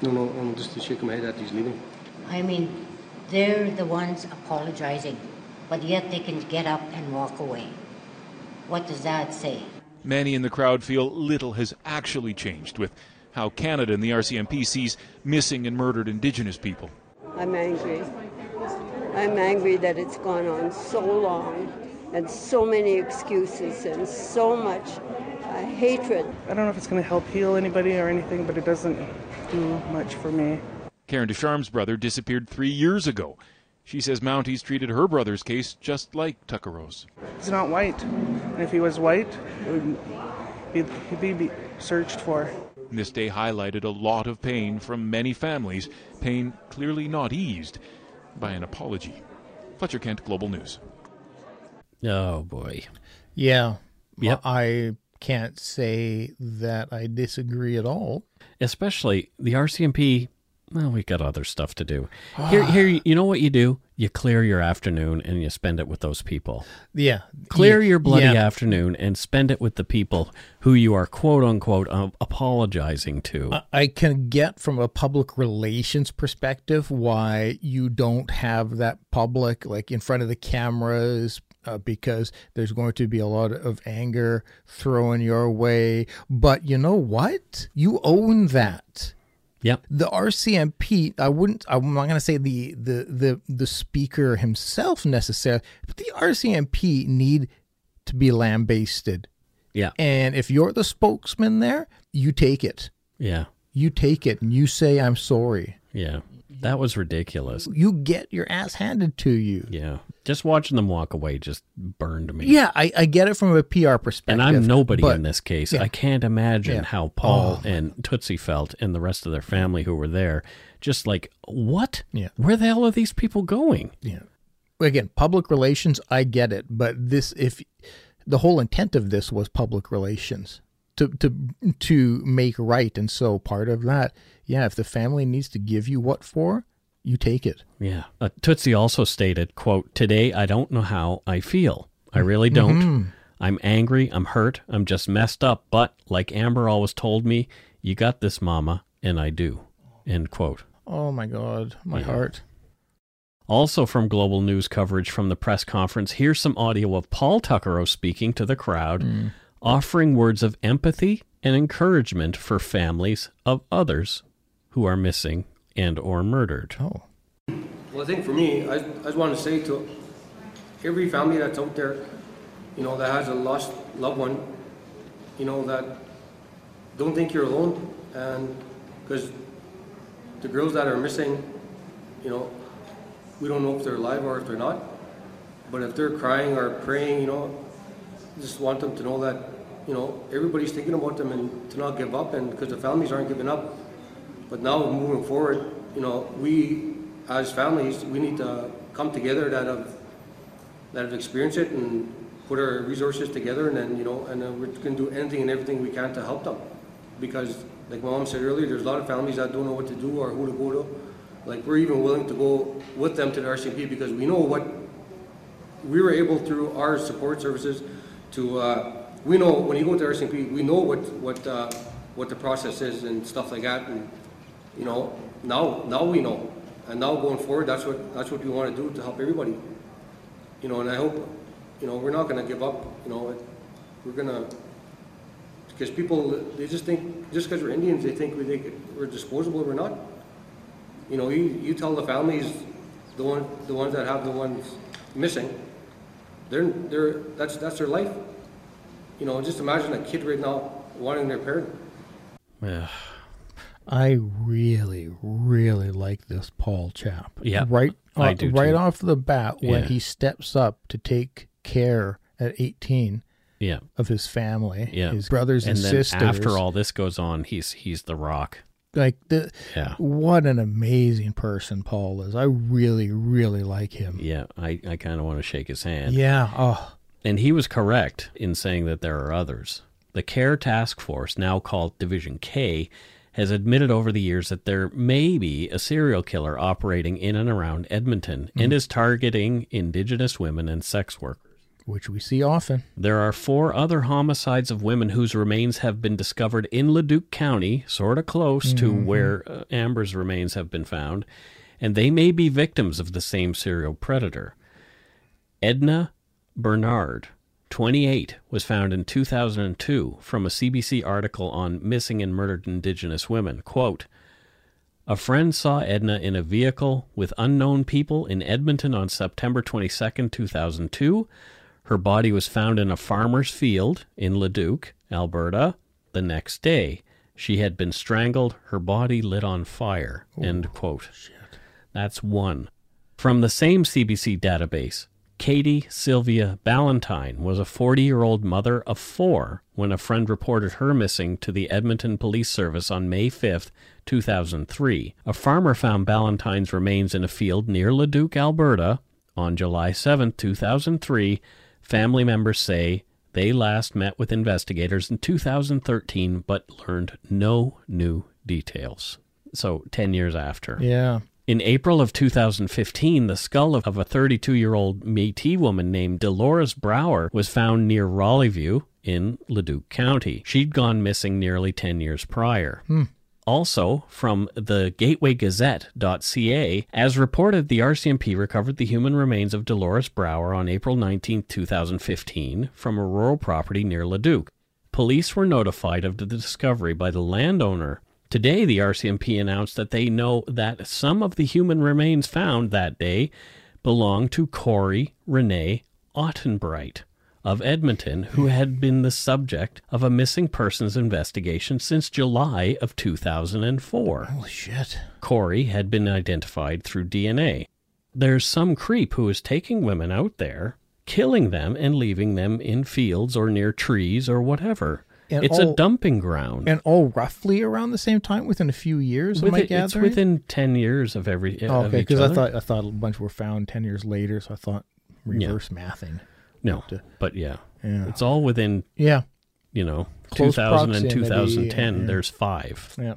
No, no, I'm just to shake my head at he's leaving.
I mean, they're the ones apologizing. but yet they can get up and walk away. What does that say?
Many in the crowd feel little has actually changed with how Canada and the RCMP sees missing and murdered Indigenous people.
I'm angry. I'm angry that it's gone on so long and so many excuses and so much uh, hatred.
I don't know if it's going to help heal anybody or anything, but it doesn't do much for me.
Karen Ducharme's brother disappeared three years ago. She says Mounties treated her brother's case just like Tuckerose.
He's not white. And if he was white, it would be, he'd be- be searched for.
This day highlighted a lot of pain from many families, pain clearly not eased by an apology. Fletcher Kent, Global News.
Oh boy.
Yeah. Yep. I can't say that I disagree at all.
Especially the RCMP. Well, we got other stuff to do. Here, here. You know what you do? You clear your afternoon and you spend it with those people.
Yeah.
Clear
Yeah.
your bloody
Yeah.
afternoon and spend it with the people who you are quote unquote um, apologizing to.
I- I can get from a public relations perspective why you don't have that public like in front of the cameras uh, because there's going to be a lot of anger thrown your way. But you know what? You own that.
Yep.
The RCMP, I wouldn't I'm not gonna say the the the, the speaker himself necessarily, but the RCMP need to be lambasted.
Yeah.
And if you're the spokesman there, you take it
yeah.
you take it and you say i'm sorry
Yeah. That was ridiculous.
you get your ass handed to you
Yeah. Just watching them walk away just burned me.
yeah i, I get it from a pr perspective
And I'm nobody
but-
in this case.
yeah.
I can't imagine
Yeah.
how Paul and Tootsie felt and the rest of their family who were there. Just like, what?
Yeah.
Where the hell are these people going?
Yeah. again public relations i get it but this if the whole intent of this was public relations to to to make right and so part of that yeah if the family needs to give you what for you take it
Yeah. Uh, Tootsie also stated, quote, Today I don't know how I feel. I really don't.
Mhm.
I'm angry. I'm hurt. I'm just messed up. But like Amber always told me, you got this, mama. And I do. End quote.
oh my god my
Yeah.
heart
Also from global news coverage from the press conference, here's some audio of Paul Tuckero speaking to the crowd,
Mm.
offering words of empathy and encouragement for families of others who are missing and or murdered.
Oh.
Well, I think for me, I, I just want to say to every family that's out there, you know, that has a lost loved one, you know, that don't think you're alone. And because the girls that are missing, you know, we don't know if they're alive or if they're not. But if they're crying or praying, you know, just want them to know that, you know, everybody's thinking about them and to not give up. And because the families aren't giving up, but now moving forward, you know, we as families, we need to come together that have that have experienced it and put our resources together and then, you know, and then we're gonna do anything and everything we can to help them. Because like my mom said earlier, there's a lot of families that don't know what to do or who to go to. Like we're even willing to go with them to the RCMP because we know what we were able through our support services to, uh, we know, when you go to RCMP, we know what, what, uh, what the process is and stuff like that. And, you know, now, now we know. And now going forward, that's what, that's what we want to do to help everybody. You know, and I hope, you know, we're not going to give up, you know, it- we're going to, because people, they just think, just because we're Indians, they think we, they, we're disposable, we're not. You know, you, you tell the families, the one, the ones that have the ones missing, they're, they're, that's, that's their life. You know, just imagine a kid right now wanting their parent.
Ugh.
I really, really like this Paul chap.
Yeah,
right.
I
uh,
do
right
too.
off the bat when
Yeah.
he steps up to take care at eighteen.
Yeah.
Of his family.
Yeah.
His brothers and,
then
sisters.
After all this goes on, he's he's the rock.
like the.
Yeah.
What an amazing person Paul is. I really, really like him.
Yeah, I, I kind of want to shake his hand.
Yeah. Oh.
And he was correct in saying that there are others. The CARE Task Force, now called Division K, has admitted over the years that there may be a serial killer operating in and around Edmonton
Mm-hmm.
and is targeting Indigenous women and sex workers.
Which we see often.
There are four other homicides of women whose remains have been discovered in Leduc County, sort of close to
Mm-hmm.
Mhm.
where uh, Amber's remains have been found, and they may be victims of the same serial predator. Edna Bernard, 28, was found in 2002 from a CBC article on missing and murdered Indigenous women. Quote, a friend saw Edna in a vehicle with unknown people in Edmonton on September 22, 2002. Her body was found in a farmer's field in Leduc, Alberta, the next day. She had been strangled, her body lit on fire. End quote. That's one. From the same CBC database, Katie Sylvia Ballantyne was a 40 year old mother of four when a friend reported her missing to the Edmonton Police Service on May 5, 2003. A farmer found Ballantyne's remains in a field near Leduc, Alberta on July 7, 2003. Family members say they last met with investigators in 2013 but learned no new details. So, 10 years after.
Yeah.
In April of 2015, the skull of of a 32 year old Metis woman named Dolores Brower was found near Raleighview in Leduc County. She'd gone missing nearly 10 years prior.
Hmm.
Also, from the gatewaygazetteca as reported, the RCMP recovered the human remains of Dolores Brower on April 19, 2015, from a rural property near Leduc. Police were notified of the discovery by the landowner. Today, the RCMP announced that they know that some of the human remains found that day belong to Corey Renee Ottenbright of Edmonton, who had been the subject of a missing persons investigation since July of 2004. Holy
shit.
Corey had been identified through DNA. There's some creep who is taking women out there, killing them, and leaving them in fields or near trees or whatever.
And
it's
all-
a dumping ground.
And all roughly around the same time, within a few years, am I
Within- it's
gathering?
within 10 years of every.
Oh,
of
okay,
each
because I
other.
thought I thought a bunch were found ten years later, so I thought reverse mathing.
No, but yeah.
Yeah.
It's all within,
Yeah.
you know,
Close
2000 and
proximity,
2010.
yeah.
There's five.
Yeah.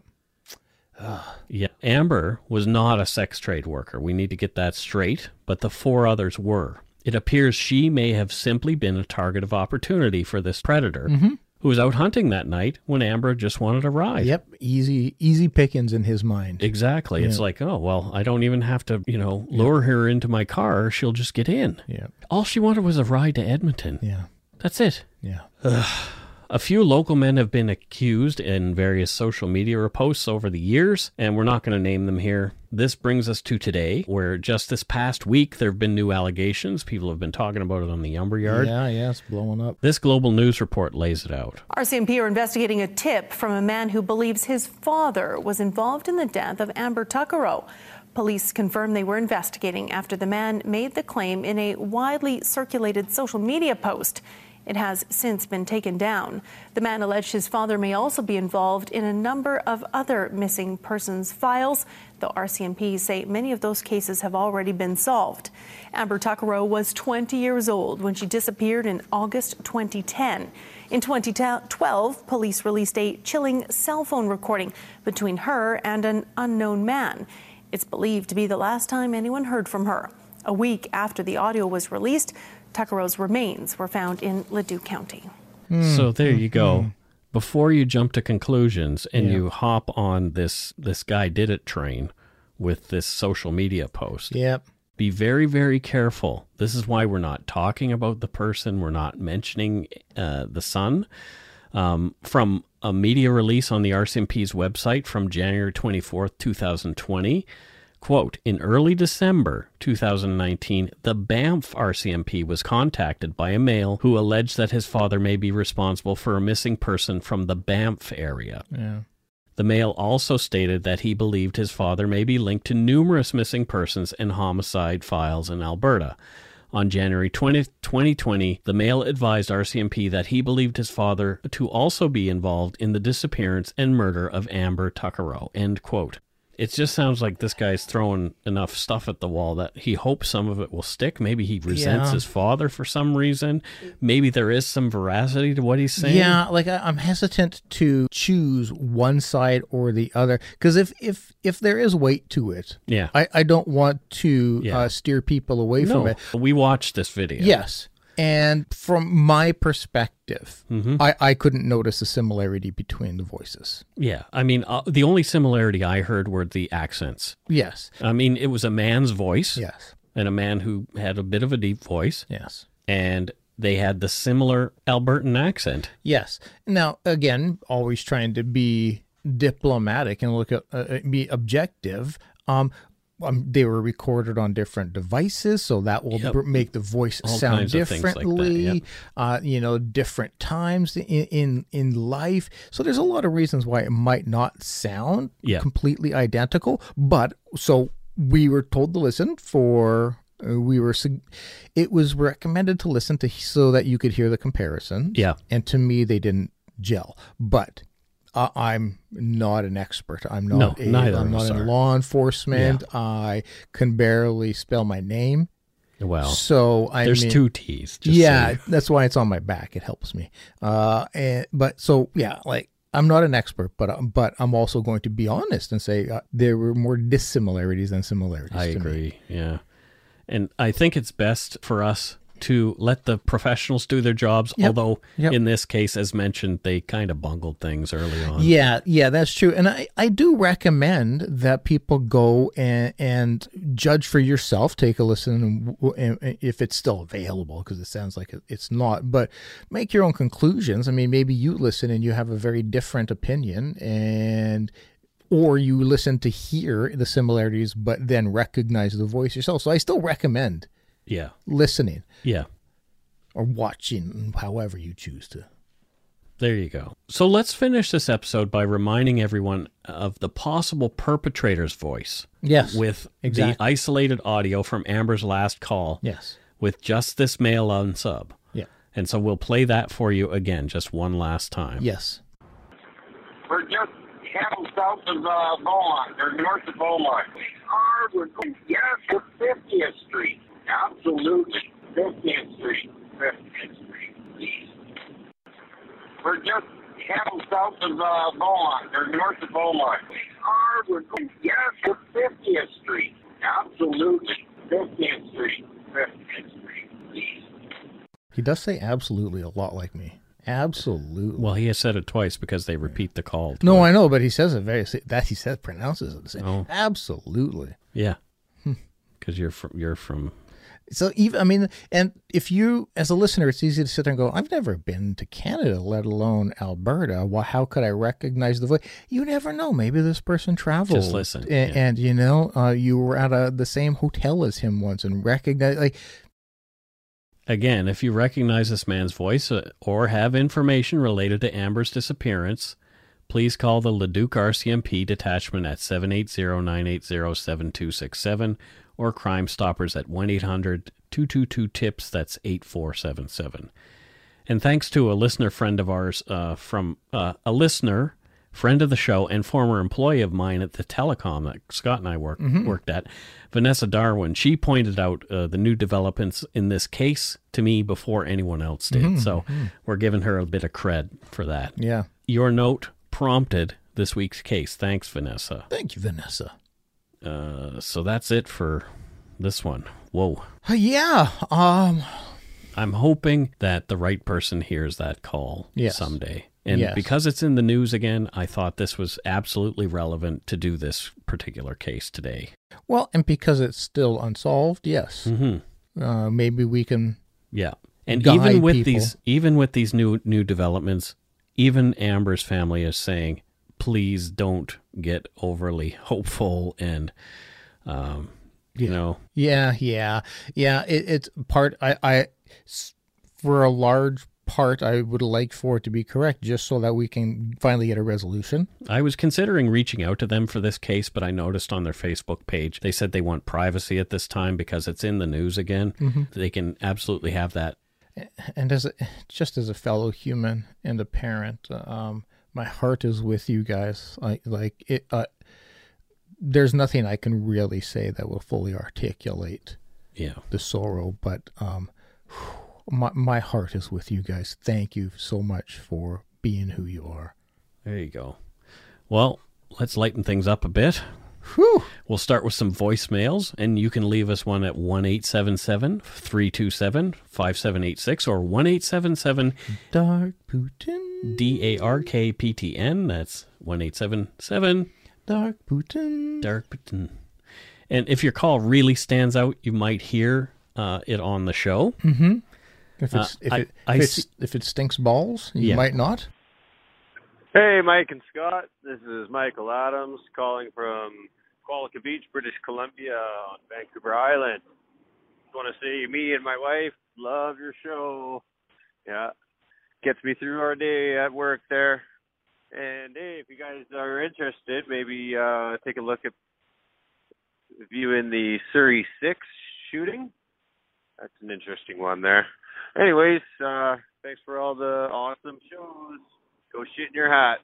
Yeah. Amber was not a sex trade worker. We need to get that straight, but the four others were. It appears she may have simply been a target of opportunity for this predator
Mhm.
who was out hunting that night when Amber just wanted a ride.
Yep. Easy easy pickings in his mind.
Exactly. It's
Yeah.
like, oh, well, I don't even have to, you know, lure her into my car. She'll just get in.
Yeah.
All she wanted was a ride to Edmonton.
Yeah.
That's it.
Yeah.
Ugh. A few local men have been accused in various social media posts over the years, and we're not going to name them here. This brings us to today, where just this past week there have been new allegations. People have been talking about it on the Umber Yard.
Yeah, yeah, it's blowing up.
This global news report lays it out.
RCMP are investigating a tip from a man who believes his father was involved in the death of Amber Tuckero. Police confirmed they were investigating after the man made the claim in a widely circulated social media post. It has since been taken down. The man alleged his father may also be involved in a number of other missing persons files, though RCMP say many of those cases have already been solved. Amber Tuckero was 20 years old when she disappeared in August 2010. In 2012, police released a chilling cell phone recording between her and an unknown man. It's believed to be the last time anyone heard from her. A week after the audio was released, Tuckero's remains were found in Leduc County.
Hmm,
So there you go. Before you jump to conclusions and
Yeah.
you hop on this this guy did it train with this social media post.
Yep.
Be very very careful. This is why we're not talking about the person. We're not mentioning uh, the son. Um, from a media release on the RCMP's website from January 24th, 2020, Quote, in early December 2019, the Banff RCMP was contacted by a male who alleged that his father may be responsible for a missing person from the Banff area.
Yeah.
The male also stated that he believed his father may be linked to numerous missing persons and homicide files in Alberta. On January 20, 2020, the male advised RCMP that he believed his father to also be involved in the disappearance and murder of Amber Tuckero. End quote. It just sounds like this guy's throwing enough stuff at the wall that he hopes some of it will stick. Maybe he resents
Yeah.
his father for some reason. Maybe there is some veracity to what he's saying.
Yeah, like I, I'm hesitant to choose one side or the other because if if if there is weight to it,
Yeah.
I I don't want to uh, steer people away
no.
from it.
We watched this video.
Yes. And from my perspective,
Mhm.
I, I couldn't notice a similarity between the voices.
Yeah, I mean, uh, the only similarity I heard were the accents.
Yes.
I mean, it was a man's voice. Yes. and a man who had a bit of a deep voice.
Yes.
And they had the similar Albertan accent.
Yes. Now, again, always trying to be diplomatic and look at uh, be objective. Um, um, they were recorded on different devices, so that will
Yep.
br- make the voice
All
sound
kinds of things like that,
differently.
yeah.
uh, you know, different times in, in in life. So there's a lot of reasons why it might not sound
Yeah.
completely identical. But so we were told to listen for. uh, We were, sug- it was recommended to listen to so that you could hear the comparison.
Yeah.
And to me, they didn't gel. But uh, I'm not an expert. I'm
No,
not. a,
neither
I'm
of us
not in
are.
law enforcement. I can barely spell my name.
Well,
so I
there's
mean-
two T's, just so
yeah,
you-
that's why it's on my back. It helps me. Uh, and but so yeah, like I'm not an expert, but but I'm also going to be honest and say uh, there were more dissimilarities than similarities.
I
to me.
agree. Yeah. And I think it's best for us to let the professionals do their jobs,
Yep.
although
Yep.
in this case, as mentioned, they kind of bungled things early on.
Yeah, yeah, that's true. And I, I do recommend that people go and, and judge for yourself. Take a listen and, and if it's still available, because it sounds like it- it's not. But make your own conclusions. I mean, maybe you listen and you have a very different opinion, and or you listen to hear the similarities, but then recognize the voice yourself. So I still recommend
Yeah.
listening
Yeah.
or watching, however you choose to.
There you go. So let's finish this episode by reminding everyone of the possible perpetrator's voice.
Yes,
With the
exactly.
isolated audio from Amber's last call.
Yes.
With just this male unsub.
Yeah.
And so we'll play that for you again, just one last time.
Yes.
We're just heading south of uh, Beaumont, or north of Beaumont. Are we're going yes to 50th Street. Absolutely. 50th Street. 50th Street, please. We're just heading south of uh, Beaumont, or north of Beaumont. Are we're going yes to 50th Street. Absolutely. 50th Street. 50th Street, please.
He does say absolutely a lot like me. Absolutely.
Well, he has said it twice because they repeat the call.
No, I know, but he says it very that he says pronounces it the same.
Oh.
Absolutely.
Yeah.
Hmm.
Because you're from, you're from
So even I mean, and if you as a listener, it's easy to sit there and go, "I've never been to Canada, let alone Alberta. Well, how could I recognize the voice?" You never know. Maybe this person traveled.
listen,
a- and, you know, uh, you were at a, the same hotel as him once and recognize like
Again, if you recognize this man's voice uh, or have information related to Amber's disappearance, please call the Leduc RCMP detachment at 780-980-7267 or Crime Stoppers at 1-800-222-TIPS, that's 8477. And thanks to a listener friend of ours uh, from uh, a listener friend of the show and former employee of mine at the telecom that Scott and I worked
Mhm.
worked at, Vanessa Darwin. She pointed out uh, the new developments in this case to me before anyone else did.
Mhm,
So
mhm.
we're giving her a bit of cred for that.
Yeah.
Your note prompted this week's case. Thanks, Vanessa.
Thank you, Vanessa.
Uh, so that's it for this one. Whoa.
Uh, yeah. Um.
I'm hoping that the right person hears that call
Yes.
someday. And
Yes.
because it's in the news again, I thought this was absolutely relevant to do this particular case today.
Well, and because it's still unsolved, yes.
Mm-hmm.
Uh, maybe we can.
Yeah. And
guide
even with
people.
these even with these new new developments, even Amber's family is saying, please don't get overly hopeful and um you know
Yeah, yeah, yeah. It, it's part. I, I, s- for a large part, I would like for it to be correct, just so that we can finally get a resolution.
I was considering reaching out to them for this case, but I noticed on their Facebook page they said they want privacy at this time because it's in the news again.
Mhm.
They can absolutely have that.
And as a, just as a fellow human and a parent, um, my heart is with you guys. I, like it. Uh, there's nothing I can really say that will fully articulate.
Yeah.
The sorrow, but um, my my heart is with you guys. Thank you so much for being who you are.
There you go. Well, let's lighten things up a bit. We'll start with some voicemails, and you can leave us one at 1 877 327 5786 or 1 877
Dark Putin.
D A R K P T N. That's 1 877
Dark Putin.
Dark Putin. And if your call really stands out, you might hear uh, it on the show.
Mm-hmm. If
Uh,
it's if
I-
it
I
if, it's,
s-
if it stinks balls, you
Yeah.
might not.
Hey, Mike and Scott. This is Michael Adams calling from Qualica Beach, British Columbia, on Vancouver Island. Just want to say, me and my wife love your show. Yeah, gets me through our day uh, at work there. And hey, if you guys are interested, maybe uh, take a look at viewing the Surrey Six shooting. That's an interesting one there. Anyways, uh, thanks for all the awesome shows. Go shit in your hat.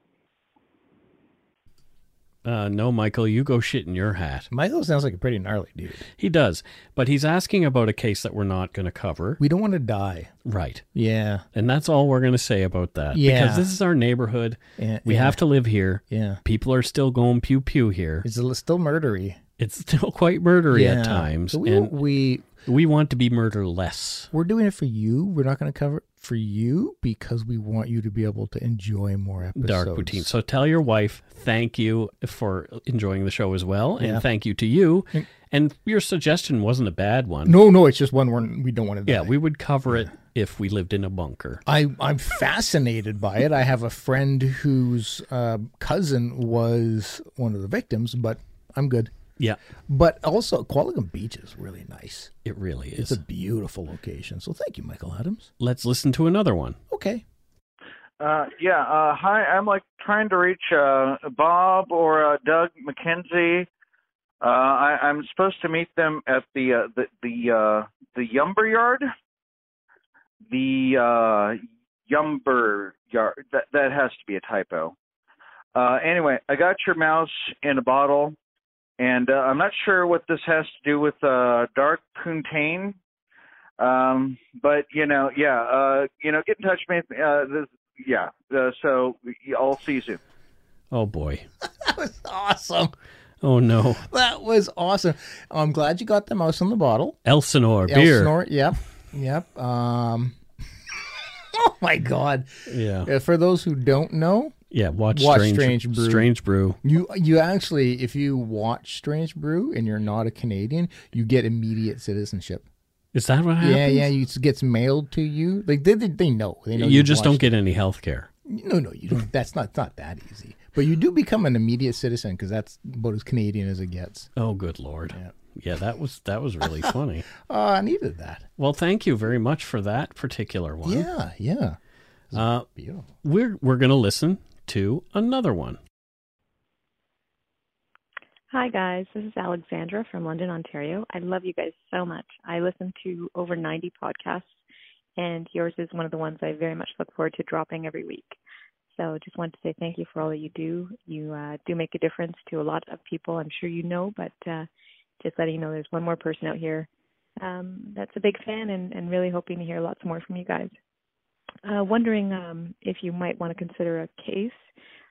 Uh, no, Michael, you go shit in your hat.
Michael sounds like a pretty gnarly dude.
He does, but he's asking about a case that we're not going to cover.
We don't want to die.
Right.
Yeah.
And that's all we're going to say about that.
Yeah.
Because this is our neighborhood.
Yeah,
we
yeah.
have to live here.
Yeah.
People are still going pew pew here.
It's a- still murdery.
It's still quite murdery
Yeah.
at times.
But we-
and
we
we want to be murder less.
We're doing it for you. We're not going to cover it for you because we want you to be able to enjoy more episodes.
Dark routine. So tell your wife thank you for enjoying the show as well, and
Yeah.
thank you to you. And your suggestion wasn't a bad one.
No, no, it's just one word we don't want to.
Yeah, we would cover it if we lived in a bunker.
I, I'm fascinated by it. I have a friend whose uh, cousin was one of the victims, but I'm good.
Yeah.
But also, Qualicum Beach is really nice.
It really
It's
is.
a beautiful location. So thank you, Michael Adams.
Let's listen to another one.
Okay.
Uh, yeah. Uh, hi, I'm like trying to reach uh, Bob or uh, Doug McKenzie. Uh, I, I'm supposed to meet them at the uh, the the uh, the Yumber Yard. The uh, Yumber Yard. That that has to be a typo. Uh, anyway, I got your mouse in a bottle, and uh, I'm not sure what this has to do with uh, Dark Poontain. Um, but you know, yeah, uh, you know, get in touch with me. Uh, this, yeah. Uh, so I'll see you soon.
Oh, boy.
Awesome.
Oh, no.
That was awesome. I'm glad you got the mouse in the bottle.
Elsinore beer.
Elsinore, yep. Yep. Um, oh, my God.
Yeah.
Uh, For those who don't know,
Yeah, watch,
Watch
Strange,
Strange Brew.
Strange Brew.
You you actually, if you watch Strange Brew and you're not a Canadian, you get immediate citizenship.
Is that what happens?
Yeah, yeah. You, it gets mailed to you. Like they they, they know. They know
you
you've
just don't
watched-
get any health care.
No, no, you don't. That's not not that easy. But you do become an immediate citizen because that's about as Canadian as it gets.
Oh, good lord. Yeah. that was that was really funny.
Oh, I needed that.
Well, thank you very much for that particular one.
Yeah, yeah.
Uh,
beautiful.
We're we're gonna listen to another one.
Hi, guys. This is Alexandra from London, Ontario. I love you guys so much. I listen to over 90 podcasts, and yours is one of the ones I very much look forward to dropping every week. So just wanted to say thank you for all that you do. You uh, do make a difference to a lot of people, I'm sure you know, but uh, just letting you know there's one more person out here um, that's a big fan and, and really hoping to hear lots more from you guys. Uh, wondering um, if you might want to consider a case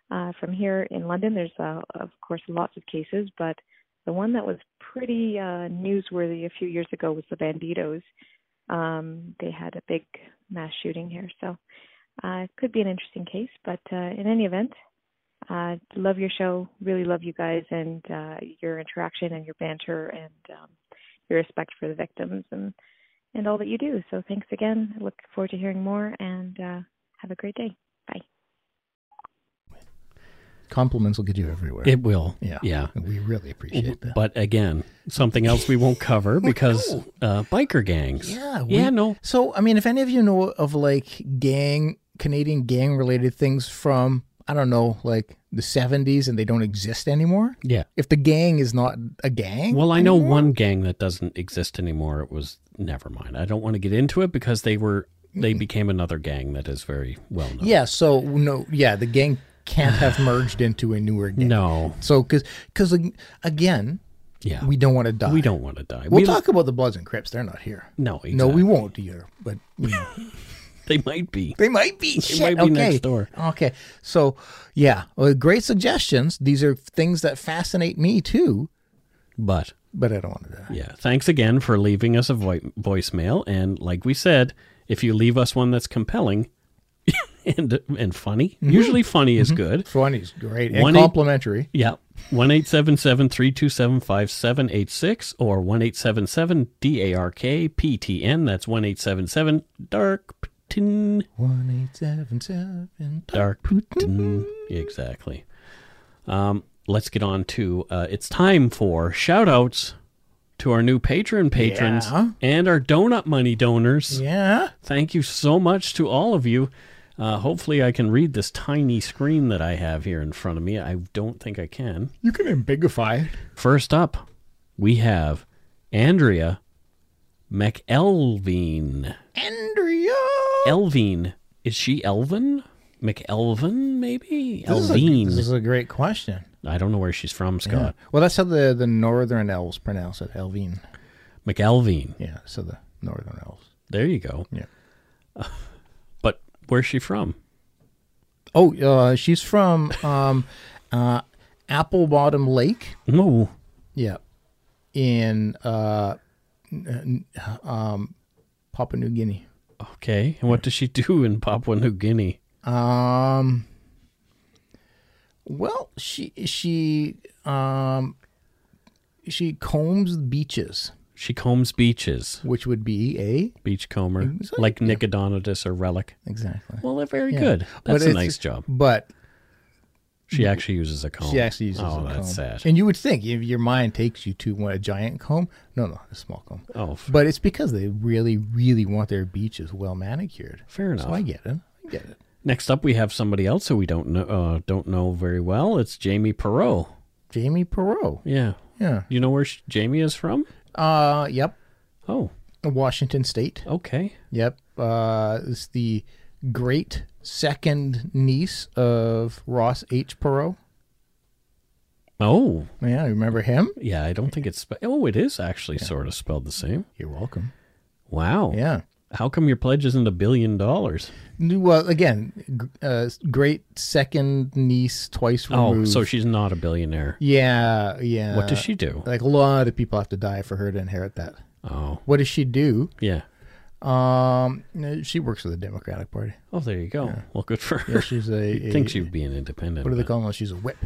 uh, from here in London. There's, uh, of course, lots of cases, but the one that was pretty uh, newsworthy a few years ago was the Banditos. Um, they had a big mass shooting here, so uh, it could be an interesting case. But uh, in any event, uh, love your show, really love you guys and uh, your interaction and your banter and um, your respect for the victims and and all that you do. So thanks again. I look forward to hearing more and uh, have a great day. Bye.
Compliments will get you everywhere.
It will.
Yeah.
Yeah.
We really appreciate that. Oh,
But again, something else we won't cover because uh, biker gangs.
Yeah,
yeah, no.
So, I mean, if any of you know of like gang Canadian gang related things from I don't know, like the seventies, and they don't exist anymore.
Yeah.
If the gang is not a gang,
Well, I know
anymore?
one gang that doesn't exist anymore. It was never mind. I don't want to get into it because they were they became another gang that is very well known.
Yeah. So no. Yeah, the gang can't have merged into a newer gang.
No.
So because because again,
yeah,
we don't want to die.
We don't want to die.
We'll
We-
talk about the Bloods and Crips. They're not here.
No,
No,
exactly.
we won't either. But you know.
They might be.
Mm. They might be.
They
Shit,
might be
okay.
next door.
Okay. So, yeah, well, great suggestions. These are things that fascinate me too.
But
But I don't want to.
yeah, thanks again for leaving us a vo- voicemail. And like we said, if you leave us one that's compelling and and funny, usually funny is good.
Mm-hmm. Funny is great and
One eight-
complimentary.
Yeah, one eight seven seven three two seven five seven eight six or one eight seven seven D A R K P T N. That's one eight seven seven Dark Putin.
One eight seven seven.
Dark Putin. Mm-hmm. Exactly. Um, let's get on to uh, it's time for shout outs to our new patron patrons
Yeah.
and our donut money donors.
Yeah.
Thank you so much to all of you. Uh, hopefully, I can read this tiny screen that I have here in front of me. I don't think I can.
You can embigify it.
First up, we have Andrea McElveen.
Andrea.
Elveen. Is she Elvin? McElvin, maybe?
Hmm. This is a-
Elveen.
this is a great question.
I don't know where she's from,
Yeah.
Scott.
Well, that's how the, the northern elves pronounce it, Elveen.
McElveen.
Yeah, so the northern elves.
There you go.
Yeah.
but where's she from?
Oh, uh, she's from um, uh, Apple Bottom Lake.
No.
Yeah. In uh, n- n- um, Papua New Guinea.
Oh. Okay. And what does she do in Papua New Guinea?
Um. Well, she she um she combs beaches,
She combs beach's
which would be a
beachcomber, like Nicodonidus or Relic.
exactly.
Well, they're very
Yeah.
good.
But
That's a
it's-
nice job.
But
She actually uses a comb.
She actually uses
oh,
a
that's
comb.
sad.
And you would think if your mind takes you to what, a giant comb. No, no, a small comb.
Oh, f-
But it's because they really, really want their beaches well manicured.
Fair enough.
So I get it. I get it.
Next up, we have somebody else who we don't know uh, don't know very well. It's Jamie Perot.
Jamie Perot.
Yeah.
Yeah.
You know where sh Jamie is from?
Uh, yep.
Oh.
Washington State.
Okay.
Yep. Uh, it's the great second niece of Ross H. Perot.
Oh.
Yeah, remember him?
Yeah, I don't think it's. Spe- oh, it is actually sort of spelled the same.
You're welcome.
Wow.
Yeah.
How come your pledge isn't a billion dollars?
Well, again, g- uh, great second niece, twice removed.
Oh, so she's not a billionaire.
Yeah, yeah.
What does she do?
Like a lot of people have to die for her to inherit that.
Oh.
What does she do?
Yeah.
Um, no, she works for the Democratic Party.
Oh, there you go. Well, good for her.
Yeah, she's a-
You'd think
a-
she'd be an independent.
What do they
but-
call her? She's a whip.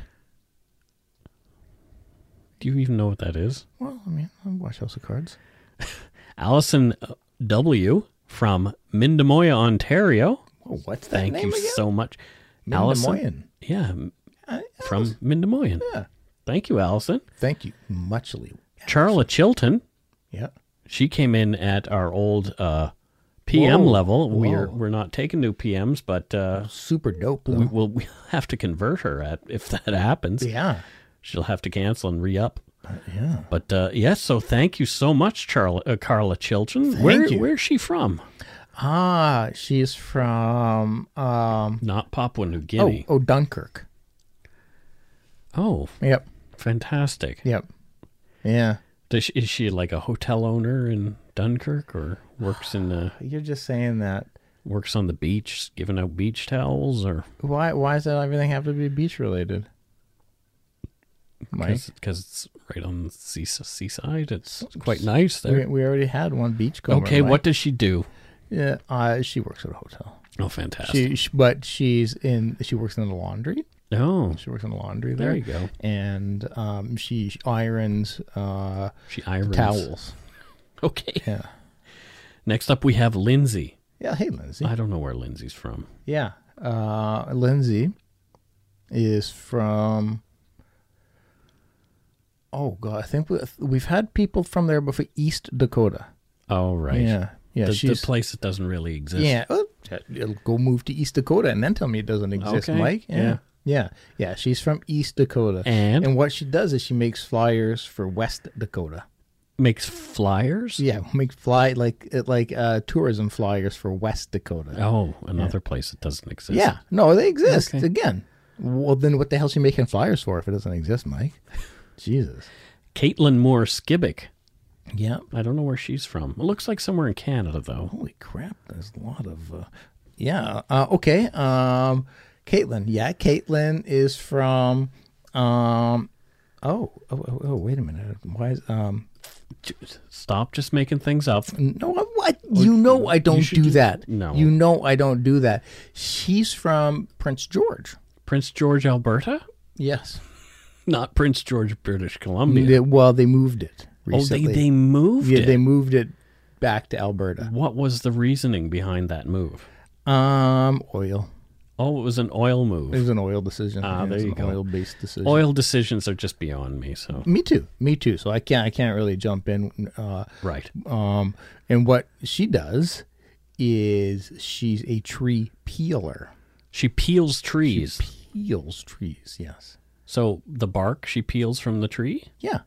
Do you even know what that is?
Well, I mean, I watch House of Cards.
Allison W. from Mindamoya, Ontario.
Well, what's that
Thank
name
you
again?
so much.
Mindamoyan.
Allison, yeah, m- from Mindamoyan.
Yeah.
Thank you, Allison.
Thank you, muchly.
Charla Chilton.
Yeah.
She came in at our old uh, PM
Whoa.
level. We're
Whoa.
we're not taking new PMs, but uh,
super dope.
We will we have to convert her at if that happens.
Yeah.
she'll have to cancel and re up.
Yeah.
But uh, yes, so thank you so much, Charla, uh, Carla Chilton.
Thank
Where,
you.
Where's she from?
Ah, she is from um.
Not Papua New Guinea.
Oh, oh, Dunkirk.
Oh,
Yep.
fantastic.
Yep. Yeah.
Does she, is she like a hotel owner in Dunkirk or works in the
You're just saying that.
works on the beach, giving out beach towels or
Why? Why does that everything have to be beach related? Mike?
because it's right on the sea, seaside. It's quite nice
We,
there.
we already had one beach going.
Okay, what does she do?
Yeah, uh, she works at a hotel.
Oh, fantastic.
She, she, but she's in. She works in the laundry.
Oh,
She works in the laundry there.
There you go.
And um, she irons. Uh,
she irons
towels.
Okay.
Yeah.
Next up, we have Lindsay.
Yeah. Hey, Lindsay.
I don't know where Lindsay's from.
Yeah. Uh, Lindsay is from. Oh God, I think we, we've had people from there before. East Dakota.
Oh, right.
Yeah, yeah,
The, the
she's-
place that doesn't really exist.
Yeah. oh, It'll go move to East Dakota and then tell me it doesn't exist,
Okay,
Mike.
yeah.
Yeah. Yeah. Yeah. She's from East Dakota.
And?
what she does is she makes flyers for West Dakota.
Makes flyers.
Yeah, make fly like it like uh tourism flyers for West Dakota.
Oh, another place that doesn't exist.
Yeah. No, they exist
Okay.
again. Well, then what the hell's she making flyers for if it doesn't exist, Mike? Jesus.
Caitlin Moore Skibbick.
Yeah.
I don't know where she's from. It looks like somewhere in Canada, though.
Holy crap! There's a lot of. Uh, yeah. Uh, okay. Um, Caitlin. Yeah, Caitlin is from. Um, oh, oh, oh, oh, wait a minute. Why is um?
Stop just making things up.
No, I, what? you know I don't
should
do
do-
that.
No.
you know I don't do that. She's from Prince George.
Prince George, Alberta?
Yes.
Not Prince George, British Columbia.
Yeah, Well, they moved it
Oh, they-
recently.
they moved
yeah,
it?
they moved it back to Alberta.
What was the reasoning behind that move?
Um, oil.
Oh, it was an oil move.
It was an oil decision.
Ah,
Yeah, it
there
was
you
an
go.
oil-based decision.
Oil decisions are just beyond me. So
Me too. Me too. So I can't. I can't really jump in. Uh,
Right.
Um, and what she does is she's a tree peeler.
She peels trees.
peels trees. Yes.
So the bark she peels from the tree.
Yeah.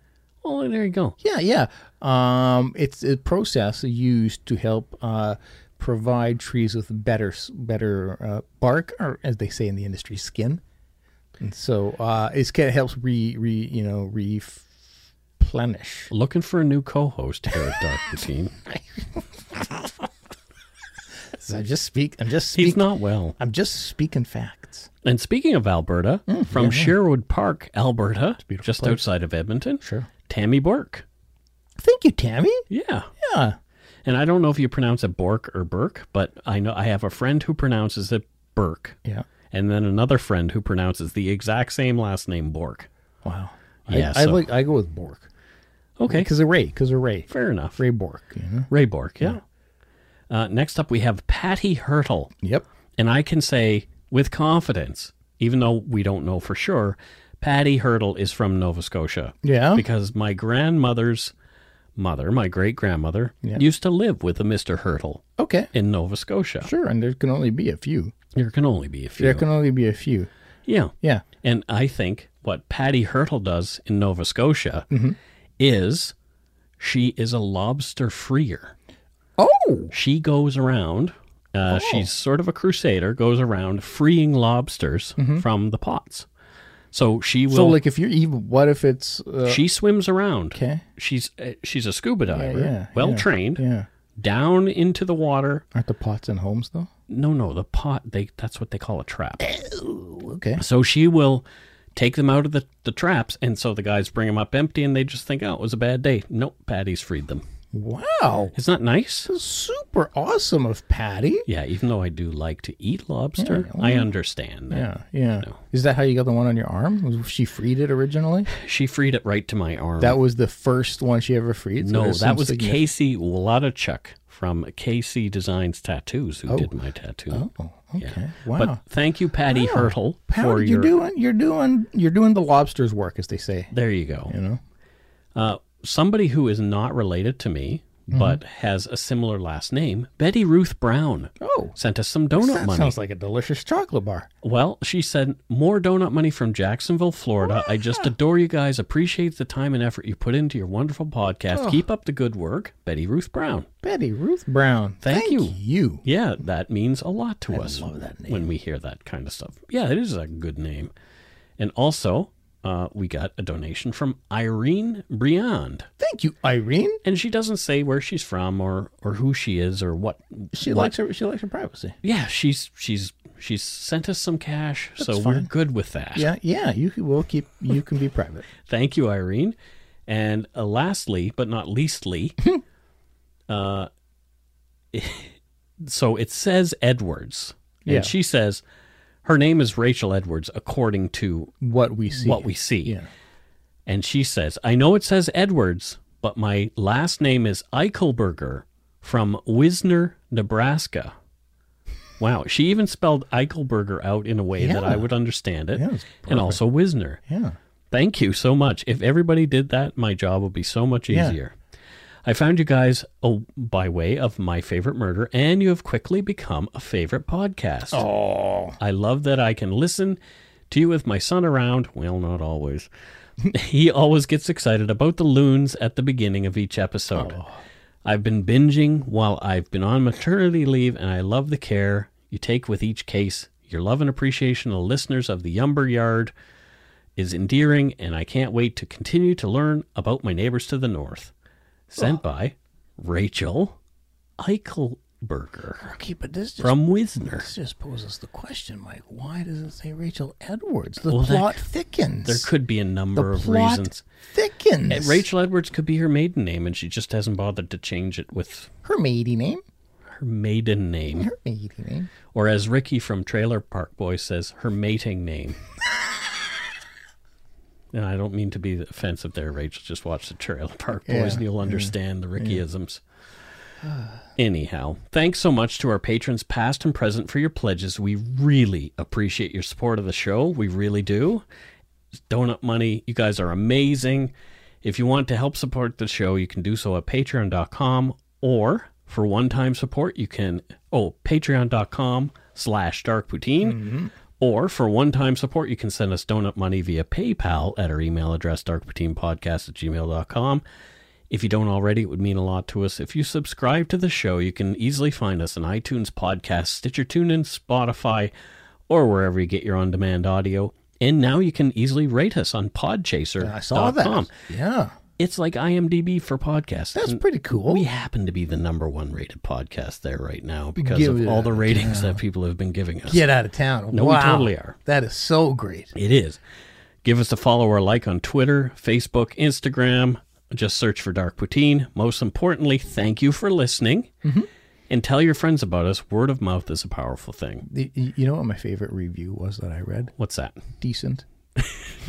Well, there you go.
Yeah, yeah. Um, it's a process used to help uh, provide trees with better s- better uh, bark, or as they say in the industry, skin. And so uh, it kind of helps re re you know replenish.
Looking for a new co-host here at Dark Routine.
So I just speak. I'm just.
He's
speak-
not well.
I'm just speaking facts.
And speaking of Alberta, from
Mm, yeah, yeah.
Sherwood Park, Alberta, just
place.
outside of Edmonton,
sure.
Tammy Bork.
Thank you, Tammy.
Yeah.
Yeah.
And I don't know if you pronounce it Bork or Burke, but I know I have a friend who pronounces it Burke.
Yeah.
And then another friend who pronounces the exact same last name Bork.
Wow.
Yeah.
I, I
so-
like. I go with Bork.
okay.
Because of Ray. Because of Ray.
Fair enough.
Ray Bork. You know?
Ray Bork, yeah. Uh, next up, we have Patty Hurtle.
Yep.
And I can say with confidence, even though we don't know for sure, Patty Hurtle is from Nova Scotia.
Yeah.
Because my grandmother's mother, my great grandmother,
Yeah.
used to live with a Mr. Hurtle
Okay.
in Nova Scotia.
Sure. And there can only be a few.
There can only be a few.
There can only be a few.
yeah.
Yeah.
And I think what Patty Hurtle does in Nova Scotia
Mhm.
is she is a lobster freer.
Oh.
She goes around, uh, she's sort of a crusader, goes around freeing lobsters from the pots. So she will.
Mm-hmm. So like, if you're evil, what if it's uh,
she swims around.
Okay.
She's uh, she's a scuba diver,
yeah,
well
yeah,
trained.
yeah.
Down into the water.
Aren't the pots and homes though?
No, no, the pot. They that's what they call a trap.
Okay.
So she will take them out of the, the traps, and so the guys bring them up empty, and they just think, oh, it was a bad day. Nope, Patty's freed them.
Wow.
It's not nice.
This is super awesome of Patty.
Yeah, even though I do like to eat lobster,
Yeah, well,
I understand that.
Yeah, yeah. Is that how you got the one on your arm? Was she freed it originally?
She freed it right to my arm.
That was the first one she ever freed. so
no,
there's
that
some
was
signifi-
Casey Wladachuk from KC Designs Tattoos who
Oh.
did my tattoo.
Oh, okay. Wow.
But thank you, Patty
Wow.
Hurtle,
Patty,
for your.
you're doing you're doing you're doing the lobster's work, as they say.
There you go.
You know.
Uh, somebody who is not related to me,
Mm-hmm.
but has a similar last name, Betty Ruth Brown,
Oh,
sent us some donut
that
money.
sounds like a delicious chocolate bar.
Well, she said, More donut money from Jacksonville, Florida. I just adore you guys. Appreciate the time and effort you put into your wonderful podcast.
Oh.
Keep up the good work. Betty Ruth Brown.
Betty Ruth Brown.
Thank you.
You.
Yeah, that means a lot to
I
us
love that name.
when we hear that kind of stuff. Yeah, it is a good name. And also, uh, we got a donation from Irene Briand.
Thank you, Irene.
And she doesn't say where she's from or, or who she is or what
She
what-
likes her she likes her privacy.
Yeah, she's she's she's sent us some cash, so
That's
we're
fine.
good with that.
Yeah, yeah. You can, will keep you can be private.
Thank you, Irene. And uh, lastly, but not leastly, uh, so it says Edwards. And
Yeah.
she says her name is Rachel Edwards, according to
What we see.
what we see.
Yeah.
And she says, I know it says Edwards, but my last name is Eichelberger from Wisner, Nebraska. Wow. She even spelled Eichelberger out in a way that I
Yeah.
would understand it.
Yeah, it's
and also Wisner.
Yeah.
Thank you so much. If everybody did that, my job would be so much
Yeah.
easier. I found you guys oh, by way of my favorite murder, and you have quickly become a favorite podcast.
Oh.
I love that I can listen to you with my son around. Well, not always. he always gets excited about the loons at the beginning of each episode. I've been binging while I've been on maternity leave, and I love the care you take with each case. Your love and appreciation of listeners of the Yumber Yard is endearing, and I can't wait to continue to learn about my neighbors to the north. Sent by Rachel Eichelberger
Okay, but this just
from Wisner.
This just poses the question, Mike. Why does it say Rachel Edwards? The
Well, that-
plot thickens.
There could be a number
the
of
plot
reasons.
thickens.
Uh, Rachel Edwards could be her maiden name, and she just hasn't bothered to change it with
her maiden name.
her maiden name.
Her maiden name.
Or as Ricky from Trailer Park Boy says, her mating name. And I don't mean to be offensive there, Rachel. Just watch the Trailer Park Boys
Yeah,
and you'll
yeah,
understand the
yeah.
Rickyisms. Anyhow, thanks so much to our patrons, past and present, for your pledges. We really appreciate your support of the show. We really do. Donut money, you guys are amazing. If you want to help support the show, you can do so at patreon.com or for one time support, you can, oh, patreon.com slash dark poutine.
Hmm.
Or for one time support, you can send us donut money via PayPal at our email address, darkpoutinepodcast at gmail.com. If you don't already, it would mean a lot to us. If you subscribe to the show, you can easily find us on iTunes Podcast, Stitcher TuneIn, Spotify, or wherever you get your on demand audio. And now you can easily rate us on podchaser.com.
I saw that. Yeah.
It's like IMDb for podcasts.
That's
And
pretty cool.
We happen to be the number one rated podcast there right now because
Give
of
it
all the
a
ratings
go.
that people have been giving us.
Get out of town.
No,
wow.
we totally are.
That is so great.
It is. Give us a follow or like on Twitter, Facebook, Instagram. Just search for Dark Poutine. Most importantly, thank you for listening.
Mm-hmm.
And tell your friends about us. Word of mouth is a powerful thing.
Y- y- You know what my favorite review was that I read?
What's that?
Decent.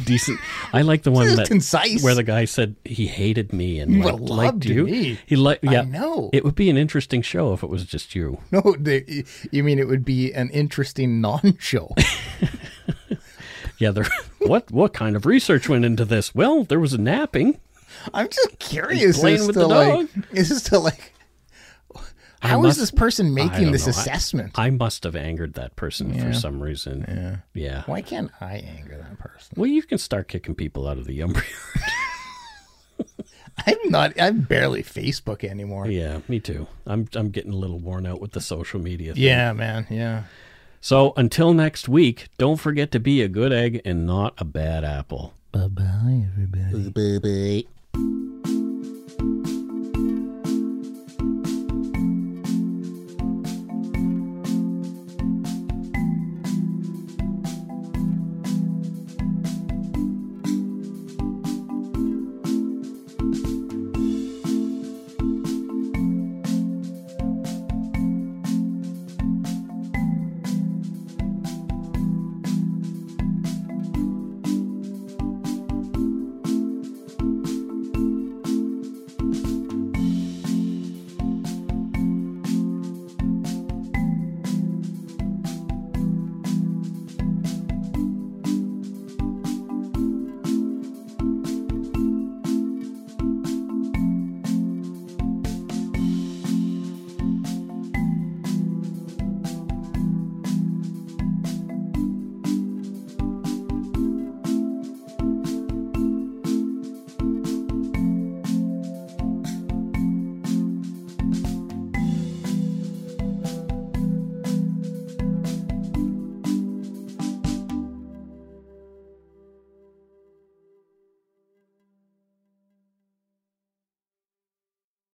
Decent. I like the one
It's
that
concise.
where the guy said he hated me and
You
liked,
would've
liked
loved
you.
me.
He liked.
I
Yeah,
know.
It would be an interesting show if it was just you.
No, they, you mean it would be an interesting non-show?
Yeah. There, what what kind of research went into this? Well, there was a napping.
I'm just curious
playing
as
with
to
the
like,
dog.
is this to like,
I
how is
must-
this person
I
making
don't
this
know. I-
assessment?
I, must have angered that person
Yeah.
for some reason. Yeah. Yeah.
Why can't I anger that person?
Well, you can start kicking people out of the Umbria.
I'm not. I'm barely Facebook anymore.
yeah, me too. I'm I'm getting a little worn out with the social media. Thing.
Yeah, man. Yeah.
So until next week, don't forget to be a good egg and not a bad apple.
Bye bye, everybody.
Bye bye.